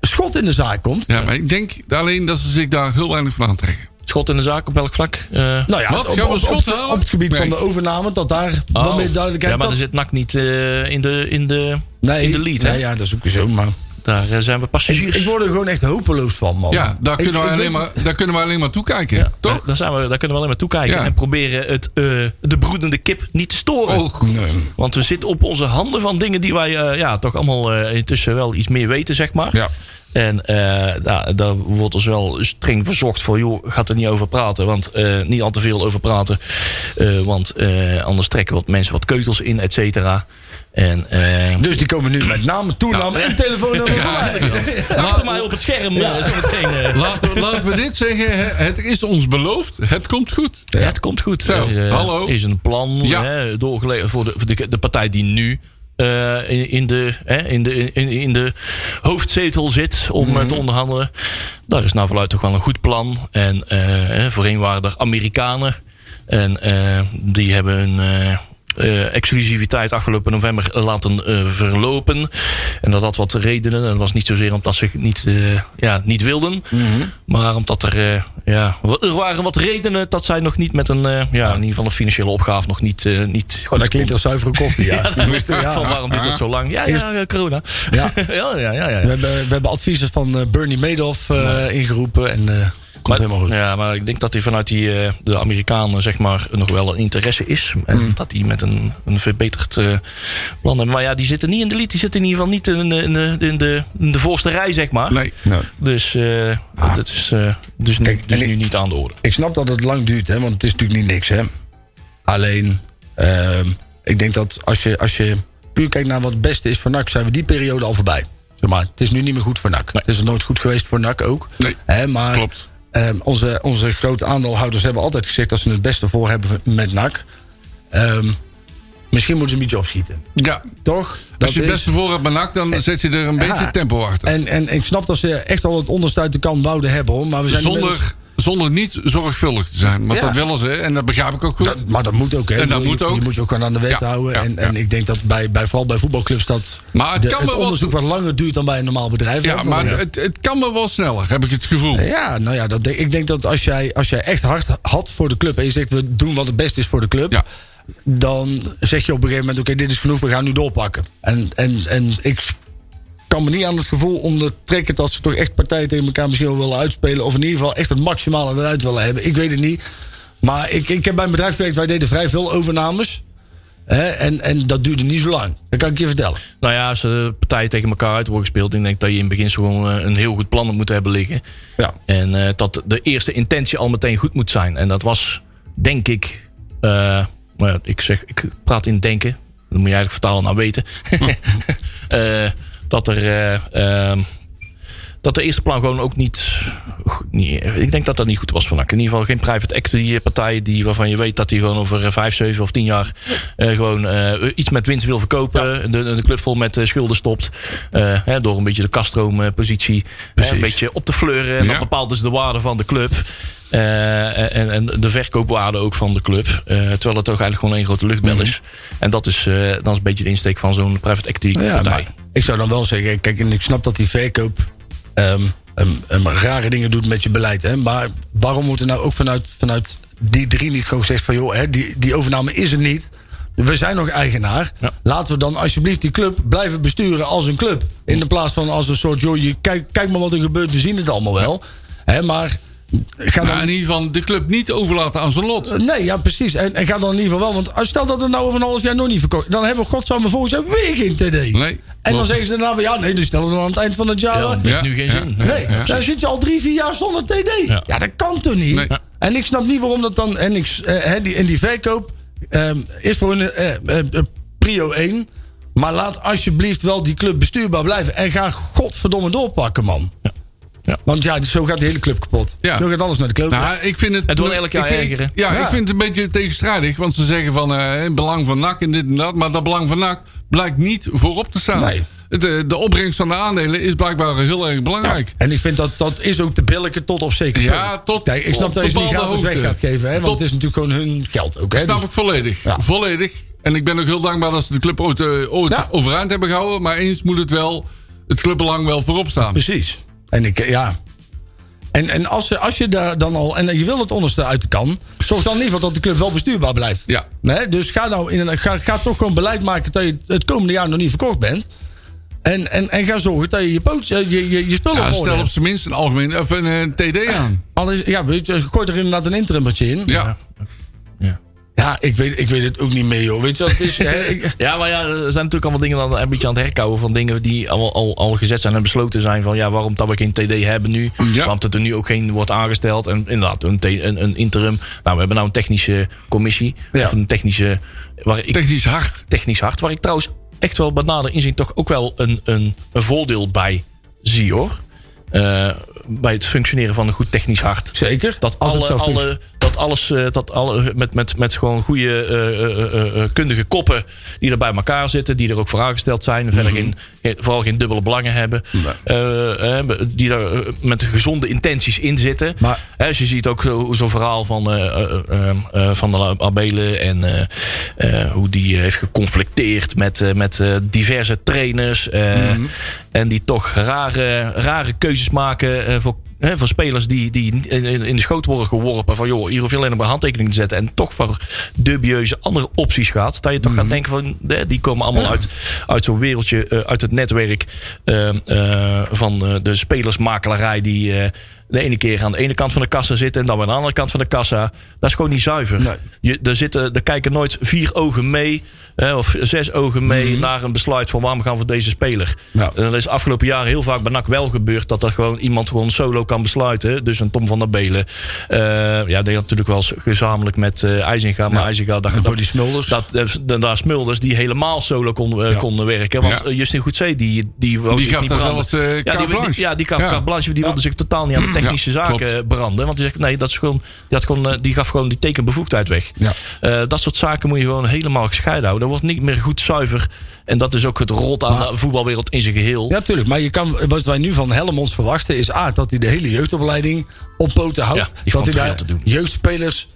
schot in de zaak komt. ja, maar ik denk alleen dat ze zich daar heel weinig van aantrekken. Schot in de zaak op welk vlak? Eh, Nou ja, Wat? op, op, Gaan we op- schot op- halen? op het gebied Nee. van de overname, dat daar oh. dan weer duidelijkheid... Ja, maar dat- er zit NAC niet eh, in, de, in, de, nee, in de lead. nee, hè? ja, dat is ook weer zo, maar... Daar eh, zijn we Ik, passagiers. ik word er gewoon echt hopeloos van, man. Ja, daar Ik- kunnen, we ik alleen weet maar, het. daar kunnen we alleen maar toekijken. Toch? Daar, zijn we, daar kunnen we alleen maar toekijken. Ja. En proberen het, eh, de broedende kip niet te storen. Oh, goed. Want we zitten op onze handen van dingen die wij eh, ja, toch allemaal eh, intussen wel iets meer weten, zeg maar. Ja. En eh, nou, daar wordt ons wel streng verzocht voor, joh, gaat er niet over praten. Want eh, niet al te veel over praten. eh, want eh, anders trekken wat mensen wat keutels in, et cetera. En eh, Dus die komen nu met naam, toenaam en telefoonnummer van mij. achter mij op het scherm eh, zo meteen. eh, Laten, we- laten we dit zeggen. hè. Het is ons beloofd. Het komt goed. Ja, het komt goed. Zo, Er, eh, hallo. is een plan Ja. hè, doorgeleverd voor, de, voor de, de partij die nu eh, in, in, de, hè, in, de, in, in de hoofdzetel zit om Mhm. eh, te onderhandelen. Daar is naar verluidt toch wel een goed plan. En eh, hè, voorheen waren er Amerikanen. En eh, die hebben hun eh, eh, exclusiviteit afgelopen november laten eh, verlopen. En dat had wat redenen. En dat was niet zozeer omdat ze niet, eh, ja, niet wilden. Mhm. Maar omdat er, eh, ja, wa- er waren wat redenen dat zij nog niet met een, eh, ja, in ieder geval een financiële opgave nog niet. eh, niet Oh, goed dat klinkt als zuivere koffie, ja. ja, daar moest ik van waarom duurt dat zo lang? Ja, ja, eh, corona. Ja, Ja. ja, ja. ja, We ja. hebben, we hebben adviezen van eh, Bernie Madoff eh, ingeroepen en eh komt helemaal goed. Ja, maar ik denk dat hij vanuit die, eh, de Amerikanen zeg maar, nog wel een interesse is. En Mm. dat hij met een, een verbeterd eh, plan hebben. Maar ja, die zitten niet in de lead. Die zitten in ieder geval niet in de, in de, in de, in de voorste rij, zeg maar. Nee. Dus eh, dat is eh, dus, nu, Ah. Kijk, dus en nu ik- niet aan de orde. Ik snap dat het lang duurt, hè, want het is natuurlijk niet niks. Hè. Alleen, ehm, ik denk dat als je, als je puur kijkt naar wat het beste is voor NAC... zijn we die periode al voorbij. Zeg maar, het is nu niet meer goed voor NAC. Het is er nooit goed geweest voor NAC ook. Nee, Hè, maar klopt. ehm, onze, onze grote aandeelhouders hebben altijd gezegd... dat ze het beste voor hebben met NAC. Ehm, misschien moeten ze een beetje opschieten. Ja. Toch? Dat Als je het is- Eh, beste voor hebt bij NAC, dan zet je er een beetje Ja. tempo achter. en, en ik snap dat ze echt al het onderste uit de kan wouden hebben. Hoor, maar we zijn inmiddels- Zonder, zonder niet zorgvuldig te zijn. Want Ja. dat willen ze. En dat begrijp ik ook goed. Dat- maar dat moet ook, hè? En Ik dat bedoel, moet je, ook. Je moet je ook gewoon aan de wet Ja, houden. ja, en, ja. en ik denk dat bij, bij, vooral bij voetbalclubs dat Maar het kan het wel wat- onderzoek wat langer duurt dan bij een normaal bedrijf. ja, hè, maar voor- Het, het kan wel wel sneller, heb ik het gevoel. ja, nou ja, dat denk, ik denk dat als jij, als jij echt hard had voor de club... en je zegt, we doen wat het beste is voor de club... Ja. dan zeg je op een gegeven moment... oké, dit is genoeg, we gaan nu doorpakken. En, en, en ik kan me niet aan het gevoel ondertrekken... dat ze toch echt partijen tegen elkaar misschien wel willen uitspelen... of in ieder geval echt het maximale eruit willen hebben. Ik weet het niet. Maar ik, ik heb bij een bedrijf gewerkt... wij deden vrij veel overnames... Hè, en, en dat duurde niet zo lang. Dat kan ik je vertellen. Nou ja, als de partijen tegen elkaar uit worden gespeeld, ik denk dat je in het begin gewoon eh, een heel goed plan moet hebben liggen. Ja. En eh, dat de eerste intentie al meteen goed moet zijn. En dat was, denk ik, eh, nou ja, ik, zeg, ik praat in denken. Dat moet je eigenlijk vertalen naar weten. Eh, dat er. eh, ehm, dat de eerste plan gewoon ook niet, goed- niet- Ik denk dat dat niet goed was van NAC. In ieder geval geen private equity partijen die, waarvan je weet dat die gewoon over eh, vijf, zeven of tien jaar eh, gewoon eh, iets met winst wil verkopen. De, de club vol met eh, schulden stopt. Eh, hè, door een beetje de kaststroompositie hè, een beetje op te fleuren. En Ja. dat bepaalt dus de waarde van de club. Eh, en, en de verkoopwaarde ook van de club. Eh, terwijl het toch eigenlijk gewoon één grote luchtbel Mhm. is. En dat is, eh, dan is een beetje de insteek van zo'n private equity Ja, partij. maar ik zou dan wel zeggen, kijk, en ik snap dat die verkoop ehm, ehm, ehm, rare dingen doet met je beleid. Hè, maar waarom wordt er nou ook vanuit, vanuit die drie niet gewoon gezegd van joh, hè, die, die overname is er niet. We zijn nog eigenaar. Ja. Laten we dan alsjeblieft die club blijven besturen als een club. In de plaats van als een soort, joh, je, kijk, kijk maar wat er gebeurt, we zien het allemaal wel. Hè, maar ga Maar dan Nou, in ieder geval de club niet overlaten aan zijn lot. Eh, Nee, ja, precies. En, en ga dan in ieder geval wel. Want als- stel dat het nou over een half jaar nog niet verkocht dan hebben we godsamme volgens jaar weer geen TD. Nee, en dan klopt. zeggen ze daarna van ja, nee, dus stellen we dan aan het eind van het jaar. Ja, wel. dat heeft Ja, nu geen ja. zin. nee, dan zit je al drie, vier jaar zonder TD. Ja, dat kan toch niet? Nee. En ik snap niet waarom dat dan. En, ik, s- eh, hè, die, en die verkoop ehm, is voor hun eh, eh, eh, prio 1. Maar laat alsjeblieft wel die club bestuurbaar blijven. En ga godverdomme doorpakken, man. Ja. Want ja, zo gaat de hele club kapot. Ja. Zo gaat alles naar de klote. Nou, ik vind het, Het wordt elk jaar ik vind- erger, hè? Ja, Ja. ik vind het een beetje tegenstrijdig. Want ze zeggen van eh, het belang van NAC en dit en dat. Maar dat belang van NAC blijkt niet voorop te staan. Nee. De, de opbrengst van de aandelen is blijkbaar heel erg belangrijk. En ik vind dat dat is ook te billijken tot op zeker punt. Ja, tot Kijk, ik snap op dat je ze niet bepaalde gratis weg hoogte. gaat geven. Hè, want Tot- het is natuurlijk gewoon hun geld ook. Hè, Snap dus- ik volledig. Ja. Volledig. En ik ben ook heel dankbaar dat ze de club ooit, eh, ooit Ja. overeind hebben gehouden. Maar eens moet het wel, het clubbelang wel voorop staan. Precies. En ik, eh, ja. En, en als, ze- als je daar dan al. En je wil het onderste uit de kan. Zorg dan in ieder geval dat de club wel bestuurbaar blijft. Ja. Nee, dus ga, nou in een, ga, ga toch gewoon beleid maken dat je het komende jaar nog niet verkocht bent. En, en, en ga zorgen dat je je, poot, eh, je, je, je spullen Ja, op orde stel op hebt. zijn minst een algemeen of een, eh, TD aan. Anders, ja, weet je, gooi er inderdaad een interimmertje in. Ja. Ja, ik weet, ik weet het ook niet meer, joh. Weet je wat het is? hè? Ik- Ja, maar ja, er zijn natuurlijk allemaal dingen dan een beetje aan het herkouwen van dingen die al, al, al gezet zijn en besloten zijn van ja, waarom dat we geen TD hebben nu. Ja. Want dat er nu ook geen wordt aangesteld. En inderdaad, een, T- een, een interim. Nou, we hebben nou een technische commissie. Ja. Of een technische. Waar ik, Technisch hard. technisch hart. Waar ik trouwens echt wel bij nader inzien toch ook wel een, een, een voordeel bij zie hoor. Eh, bij het functioneren van een goed technisch hart. Zeker. Dat, Als het alle, zo functio- alle, dat alles eh, dat alle, met, met, met gewoon goede eh, eh, eh, eh, kundige koppen die er bij elkaar zitten, die er ook voor aangesteld zijn, en verder Mhm. geen, geen- vooral geen dubbele belangen hebben, Eh, eh, die er eh, met gezonde intenties in zitten. Maar- Hè, dus je ziet ook zo- zo'n verhaal van, eh, eh, eh, eh, van de Abelen en eh, eh, hoe die heeft geconflicteerd met, eh, met eh, diverse trainers eh, en die toch rare, rare keuzes maken eh, voor hè, voor spelers die, die in, in- in de schoot worden geworpen. Van joh, hier hoef je alleen nog maar handtekening te zetten. En toch voor dubieuze andere opties gaat. Dat je toch gaat denken van hè, die komen allemaal uit, uit zo'n wereldje, eh, uit het netwerk eh, eh, van eh, de spelersmakelarij die. eh, de ene keer aan de ene kant van de kassa zitten en dan weer aan de andere kant van de kassa. Dat is gewoon niet zuiver. Nee. Je, er, zitten, er kijken nooit vier ogen mee hè, of zes ogen mee Mhm. naar een besluit van waarom gaan we voor deze speler. Ja. En dat is afgelopen jaren heel vaak bij NAC wel gebeurd. Dat er gewoon iemand gewoon solo kan besluiten. Dus een Tom van der Belen. Eh, ja, die had natuurlijk wel eens gezamenlijk met eh IJzinga. Maar IJzinga dacht En voor dat- die Smulders. Dat, eh, dan daar Smulders die helemaal solo kon, eh, konden werken. Want Ja. eh, Justin Goedzee die, die wou Die zich gaf niet daar branden. zelfs, eh, ja, carte die, die, blanche. ja, die gaf Ja. carte blanche. Die wilde zich totaal niet aan de technische Ja, zaken klopt. eh, branden. Want die zegt nee, dat is gewoon, die, had gewoon, eh, die gaf gewoon die tekenbevoegdheid weg. Ja. Eh, dat soort zaken moet je gewoon helemaal gescheiden houden. Dat wordt niet meer goed zuiver. En dat is ook het rot aan de voetbalwereld in zijn geheel. Ja, tuurlijk. Maar je kan, wat wij nu van Helmonds verwachten is A, dat hij de hele jeugdopleiding op poten houdt. Ja, die dat valt hij te daar veel te doen. jeugdspelers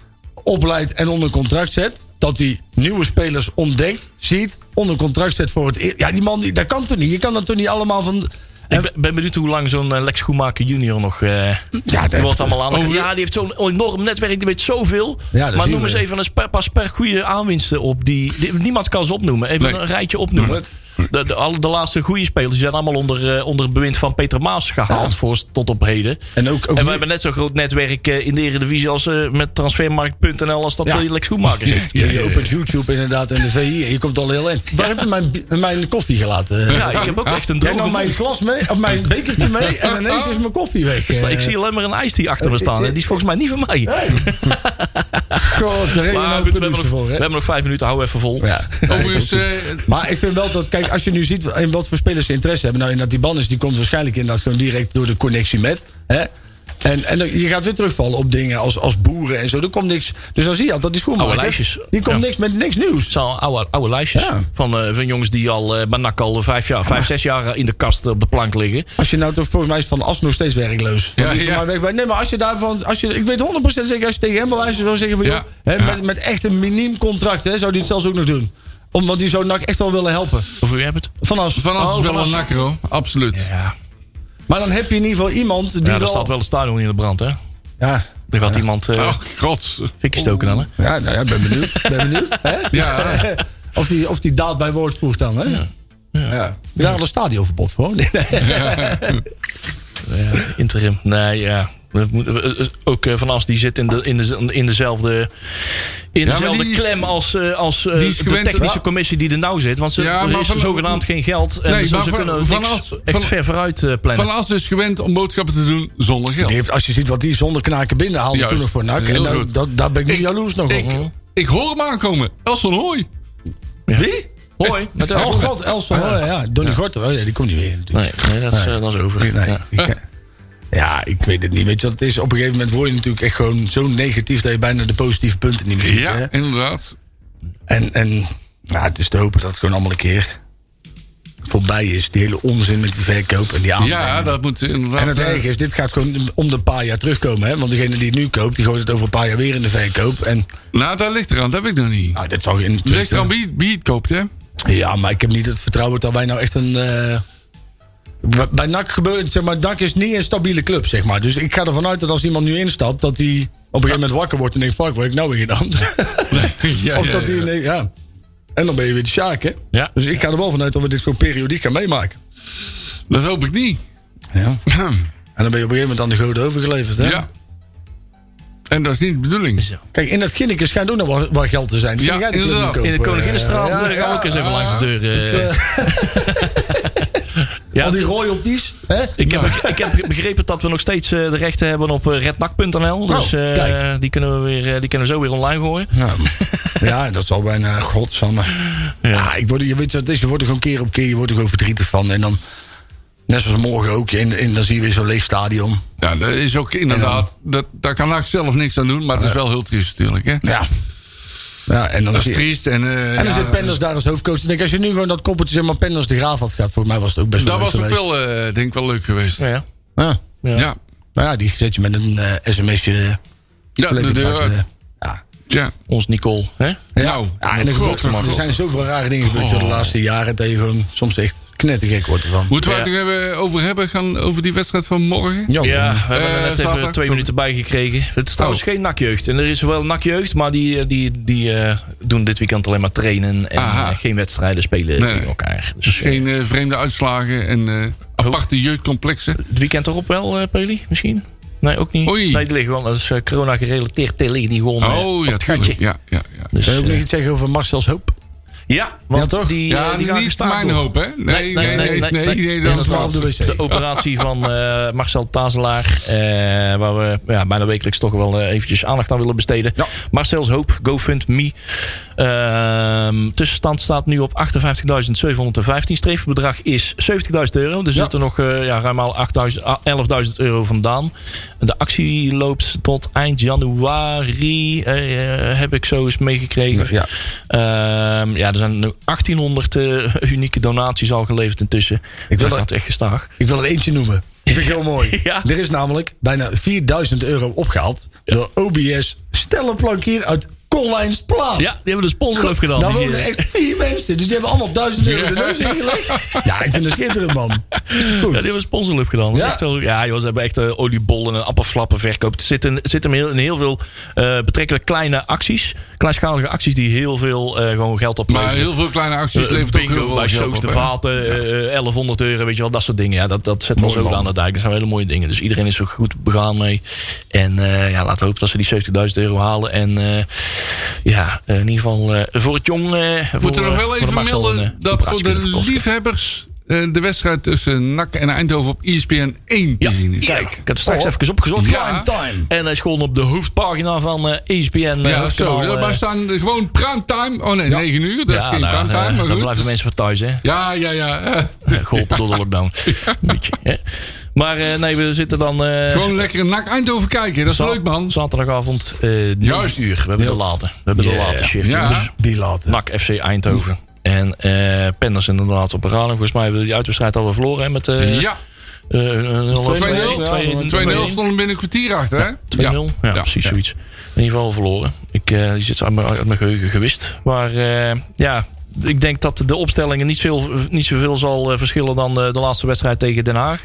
opleidt en onder contract zet. Dat hij nieuwe spelers ontdekt, ziet, onder contract zet voor het eer- Ja, die man, die, dat kan toch niet? Je kan dat toch niet allemaal van... Ik ben- ben benieuwd hoe lang zo'n eh, Lex Schoenmaker junior nog... eh Ja, die dat- wordt allemaal aan. Over- ja, die heeft zo'n enorm netwerk, die weet zoveel. Ja, dat maar zien noem we. eens even een per, pas per goede aanwinsten op. Die, die- niemand kan ze opnoemen. Even Nee. een rijtje opnoemen. De, de, alle- de laatste goede spelers die zijn allemaal onder, eh, onder het bewind van Peter Maas gehaald. Voor, tot op heden. En ook- ook en nu- we hebben net zo'n groot netwerk eh, in de Eredivisie als eh, met transfermarkt.nl als dat Ja. eh, Lex Schoenmaker heeft. Je opent YouTube inderdaad en de VI en je komt al heel eind. Waar heb je mijn, bi- mijn koffie gelaten? Ja, ik heb ook echt een Jij droge nam mijn mond. glas mee, of mijn bekertje mee en ineens is mijn koffie weg. Ik zie alleen maar een ijs die achter me Eh, staan. En die is volgens mij niet van mij. God, daar reden Maar nou goed, we, producer hebben nog, voor, we hè? hebben nog vijf minuten, hou even vol. Ja. Overigens, eh, Maar ik vind wel dat, kijk, als je nu ziet in wat voor spelers ze interesse hebben. Nou, inderdaad, die Bannis die komt waarschijnlijk inderdaad gewoon direct door de connectie met. Hè? En, en dan- je gaat weer terugvallen op dingen als, als boeren en zo. Er komt niks. Dus dan zie je al dat die Oude schoenmakers. lijstjes. Die komt Ja. niks met niks nieuws. Het zijn al oude, oude lijstjes Ja. van, eh, van jongens die al eh, bij NAC al vijf, jaar, vijf, zes jaar eh, in de kast op de plank liggen. Als je nou toch, volgens mij is Van As nog steeds werkloos. Want Ja, die is van ja. mij weg bij- Nee, maar als je daarvan, als je, ik weet 100% zeker, als je tegen hem bewijzen zou zeggen van, Ja. joh, hè, Met, met echt een miniem contract, hè, zou die het zelfs ook nog doen. Omdat die zo NAC echt wel willen helpen. Of u hebt het? Van As. Van As Oh, is wel Van As. een nakker hoor. Absoluut. Ja, Maar dan heb je in ieder geval iemand die ja wel... daar staat wel het stadion in de brand, hè? Ja, Er gaat iemand eh Oh, god. fikjes stoken dan, hè? Ja, nou ja, ben benieuwd. ben benieuwd. Hè? Ja. Of, die, of die daad bij woord voegt dan, hè? Ja. Ja. Daar hadden een stadionverbod voor. Nee, nee. Ja, interim. Nee, ja. We moeten- we- eh, Ook eh, Van As, die zit in, de, in, de, in dezelfde, in maar dezelfde die is- klem als, eh, als eh, die is de gewend- technische Ja. commissie die er nou zit. Want ze, Ja, er maar is Van- zogenaamd geen geld. En Nee, dus maar ze Van- kunnen Van niks As- echt Van- ver vooruit eh, plannen. Van As is gewend om boodschappen te doen zonder geld. Die heeft, als je ziet wat die zonder knaken binnen haalde Juist. toen nog voor NAC. En Heel dan, goed. dat, daar ben ik niet Ik- jaloers nog ik, op. ik hoor hem aankomen. Elson Hooi. Wie? Hoi, met Elson Elske. God, Elson. Oh, ja, ja. Donnie Gorter. Oh, ja, die komt niet meer. natuurlijk. Nee, nee, dat, is, eh, dat is over. Nee, Ja. die ken- Ja, ik weet het niet. Weet je wat het is? Op een gegeven moment word je natuurlijk echt gewoon zo negatief... dat je bijna de positieve punten niet meer ziet. hè? Ja, inderdaad. En, en ja, het is te hopen dat het gewoon allemaal een keer voorbij is. Die hele onzin met die verkoop en die aanbrengen. Ja, dat moet inderdaad... Ah, En het eh, erg is, dit gaat gewoon om de paar jaar terugkomen. Hè? Want degene die het nu koopt, die gooit het over een paar jaar weer in de verkoop. En nou, dat ligt eraan. Dat heb ik nog niet. nou, dat zou je in Het ligt eraan wie, wie het koopt, hè? Ja, maar ik heb niet het vertrouwen dat wij nou echt een... eh, bij- Bij NAC gebeurt zeg maar, NAC is niet een stabiele club, zeg maar. Dus ik ga ervan uit dat als iemand nu instapt, dat hij op een gegeven moment wakker wordt en denkt, fuck, wat heb ik nou weer gedaan? Ja, of ja, dat hij, ja. nee, ja. En dan ben je weer de Sjaak, hè? Ja. Dus ik ga er wel vanuit dat we dit gewoon periodiek gaan meemaken. Dat hoop ik niet. Ja. En dan ben je op een gegeven moment aan de goden overgeleverd, hè? Ja. En dat is niet de bedoeling. Kijk, in dat kindertje schijnt ook nog wel, wel geld te zijn. Die Ja, ga jij de club inderdaad. niet kopen. In de Koninginnenstraat Ja, eh, gaan we ook eens even langs de deur. eh. ja, Al die het- royalties, hè? ik, heb, ik heb begrepen dat we nog steeds eh, de rechten hebben op eh, rednak.nl. Dus eh, kijk. die, kunnen we weer, eh, die kunnen we zo weer online gooien. Nou, ja, dat zal bijna godsamme. Ja. ik word, er- je weet wat het is, je wordt er gewoon keer op keer, je wordt er gewoon verdrietig van. En dan, net zoals morgen ook, en, en dan zie je weer zo'n leeg stadion. Ja, dat is ook inderdaad... Dat, daar kan ik zelf niks aan doen, maar het is wel heel triest natuurlijk, hè? Ja. ja en dan, Dat zie is je- triest en... eh, en dan ja, zit Penders daar als hoofdcoach. Ik denk, als je nu gewoon dat koppeltje zeg maar Penders de Graaf had gehad, voor mij was het ook best wel Dat was leuk ook geweest. wel, eh, denk ik, wel leuk geweest. Ja, Ja. Ja. ja. Nou ja, die zet je met een eh, sms'je. de deur uit. uit. eh, ja. Ja. Ons Nicole. Hè? Nou, Ja, en God, er, gebeurt, God, er God. zijn zoveel rare dingen gebeurd door de Oh. laatste jaren... dat je gewoon soms echt knettergek wordt ervan. Moeten we het Ja. nog even over hebben, gaan over die wedstrijd van morgen? Ja, Ja, we hebben Eh, er net even zaterdag, twee sorry. minuten bij gekregen. Oh. Het is trouwens geen nakjeugd. En er is wel nakjeugd, maar die, eh, die, die eh, doen dit weekend alleen maar trainen. En Aha. eh, geen wedstrijden spelen Nee. tegen elkaar. Dus, Dus eh, geen eh, vreemde uitslagen en eh, aparte jeugdcomplexen. het weekend erop wel, eh Peli, misschien? Nee, ook niet. Oei. Nee, die liggen wel. Dat is eh, corona gerelateerd. Die liggen die gewoon eh, op Oh ja, het gatje. tuurlijk. Ja, ja, ja. Dus, Wil je ook nog eh, iets zeggen over Marcel's hoop? ja, want Ja, toch? die, eh, Ja, die gaan niet gestaakt mijn worden. hoop, hè? Nee, nee, nee, nee, nee, dat is wel op de wat. wc. De operatie van eh, Marcel Tazelaar. eh, waar we ja, bijna wekelijks toch wel eh, eventjes aandacht aan willen besteden. Ja. Marcel's Hoop, GoFundMe. Ehm tussenstand staat nu op 58.715. Streefbedrag is 70.000 euro. Er zitten nog eh, ja, ruim al 8.000 ah, 11.000 euro vandaan. De actie loopt tot eind januari. eh, eh, heb ik zo eens meegekregen. Ja. Ehm, ja, er zijn nu 1800 eh, unieke donaties al geleverd intussen. Ik wil dat er- gaat echt gestaag. Ik wil er eentje noemen. Dat vind ik heel mooi. Ja. Er is namelijk bijna 4000 euro opgehaald door OBS Stellenplankier uit Collijnsplaat. Ja, Oh, die hebben de sponsor ook gedaan. Daar Die- wonen echt vier mensen. Dus die hebben allemaal 1000 euro de neus ingelegd. Ja, ik vind het schitterend, man. Ja, die hebben sponsorlub gedaan. Dat is Ja. echt wel- ja joh, ze hebben echt eh, oliebollen en appelflappen verkoopt. Het zit, in, het zit hem heel, in heel veel eh, betrekkelijk kleine acties. Kleinschalige acties die heel veel eh, gewoon geld opleveren. Maar heel veel kleine acties Eh, Dus levert ook bingo heel veel bij geld shows op, de hè? vaten, eh, eh, 1100 euro, weet je wel, dat soort dingen. Ja, dat, dat zet wel Mooi, zo man. aan de dijk. Dat zijn wel hele mooie dingen. Dus iedereen is er goed begaan mee. En eh, ja, laten we hopen dat ze die 70.000 euro halen. En eh, ja, eh, in ieder geval eh, voor het jong... eh voor, Moeten we nog eh, wel voor de even Marcel een, melden eh, dat voor operatie kunnen de verkosten. liefhebbers eh, de wedstrijd tussen NAC en Eindhoven op E ESPN 1 te Ja, zien is. kijk. Ik heb het straks even opgezocht. Ja. Time. En hij is gewoon op de hoofdpagina van eh ESPN. eh, Ja, het zo. kanaal, Ja, eh, maar staan gewoon primetime. Oh nee, 9 uur. Dat is ja, geen nou, primetime, eh, maar Dan goed. Dus blijven mensen van thuis, hè? Ja, ja, ja. eh. Eh, Geholpen door de lockdown. Beetje, hè? Maar eh, nee, we zitten dan. eh, Gewoon lekker NAC Eindhoven kijken. Dat is za- leuk, man. Zaterdagavond, eh 9 Juist. uur. We hebben de late. We hebben de late shift. Ja. jongens. Die laten. NAC FC Eindhoven. En eh Penders inderdaad op herhaling. Volgens mij hebben we die uitwedstrijd al verloren. Hè, met eh, Ja, 2-0. eh, eh, 2-0 2-1. stonden binnen een kwartier achter, hè? 2-0? Ja, precies zoiets. In ieder geval verloren. Ik, eh, die zit uit mijn, uit mijn geheugen gewist. Maar eh, ja, ik denk dat de opstellingen niet, veel, niet zoveel zal eh, verschillen dan eh, de laatste wedstrijd tegen Den Haag.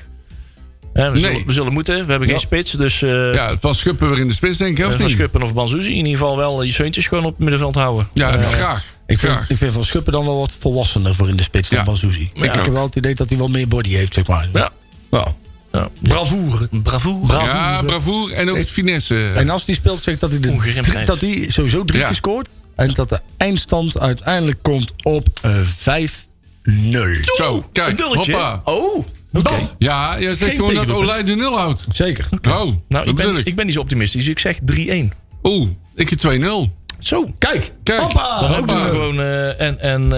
Eh, we, Nee. zullen, we zullen moeten. We hebben geen spits. Dus eh Ja, het was Schuppen weer in de spits, denk ik, eh, of Van niet? Schuppen of Banzuzi in ieder geval wel eh, je zeuntjes gewoon op het middenveld houden. Ja, Eh, graag. Ik vind, graag. ik vind Van Schuppen dan wel wat volwassener voor in de spits dan Ja. van Suzy. Ik Ik ook. heb wel het idee dat hij wel meer body heeft, zeg maar. Ja. Wel. ja. Bravoure. Bravoer. Bra- Ja, bravoer en ook het finesse. En als die speelt, zeg ik dat hij, de, Ongeremdheid. drie- dat hij sowieso drie Ja. keer scoort. En dat de eindstand uiteindelijk komt op eh, 5-0. Zo, kijk. Een nulletje. Hoppa. Oh, oké. Ja, jij zegt Geen gewoon dat tegendoelpunt. Olij de nul houdt. Zeker. Oh, Nou, dat ik ben, bedoel ik. ik ben niet zo optimistisch. dus Ik zeg 3-1. Oeh, ik heb 2-0. Zo, Kijk. Kijk, Hoppa. Dan hopen we Hoppa. gewoon. eh, en en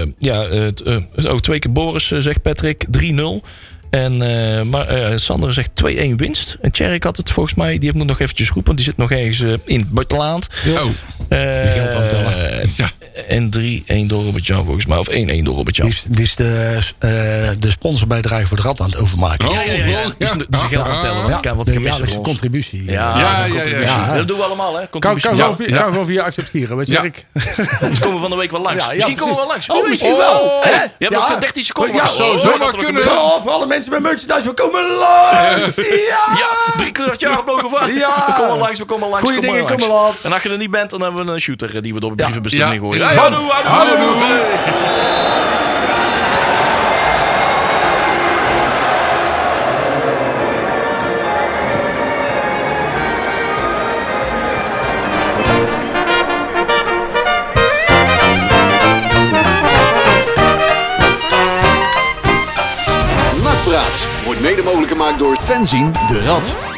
eh, ja, eh, t- eh, oh, twee keer Boris, eh, zegt Patrick. 3-0. En, eh, maar eh, Sander zegt 2-1 winst. En Tjerk had het volgens mij. Die moet nog eventjes roepen. Die zit nog ergens eh, in het buitenland. Oh, Eh, geld afbellen. Ja. En 3-1 door Robert Jan volgens mij. Of 1-1 door Robert Jan. Die is, die is de, eh, de sponsorbijdrage voor de rat aan het overmaken. Oh, Ja, ja, ja. ja. Die is, die is geld aan het tellen. Want ik kan wat de gemist jaarlijkse hebben. contributie. eh. Ja, Ja, zijn ja, ja, contributie. ja. Dat doen we allemaal, hè? Kan, Contributie. kan, Ja, gewoon via, ja. kan gewoon via accepteren, weet je Ja. Rick? Anders dus komen we van de week wel langs. Ja, ja, misschien komen we wel langs. Oh, misschien oh, wel. Hè? Je hebt ja. nog zo'n 13 seconden. Ja, maar- zo, Oh, zo wat maar er ook kunnen. gebeurt. Oh, voor alle mensen met merchandise, we komen langs! Ja! Ja, drie keer dat jaar op nog van. Ja. We komen langs, we komen langs. Goeie komen dingen, langs. komen langs. En als je er niet bent, dan hebben we een shooter eh, die we door de brievenbestemming Ja. gooien. Ja, Ja, hallo, hallo, hallo, hallo. Nakpraat wordt mede mogelijk gemaakt door fanzine de Rad.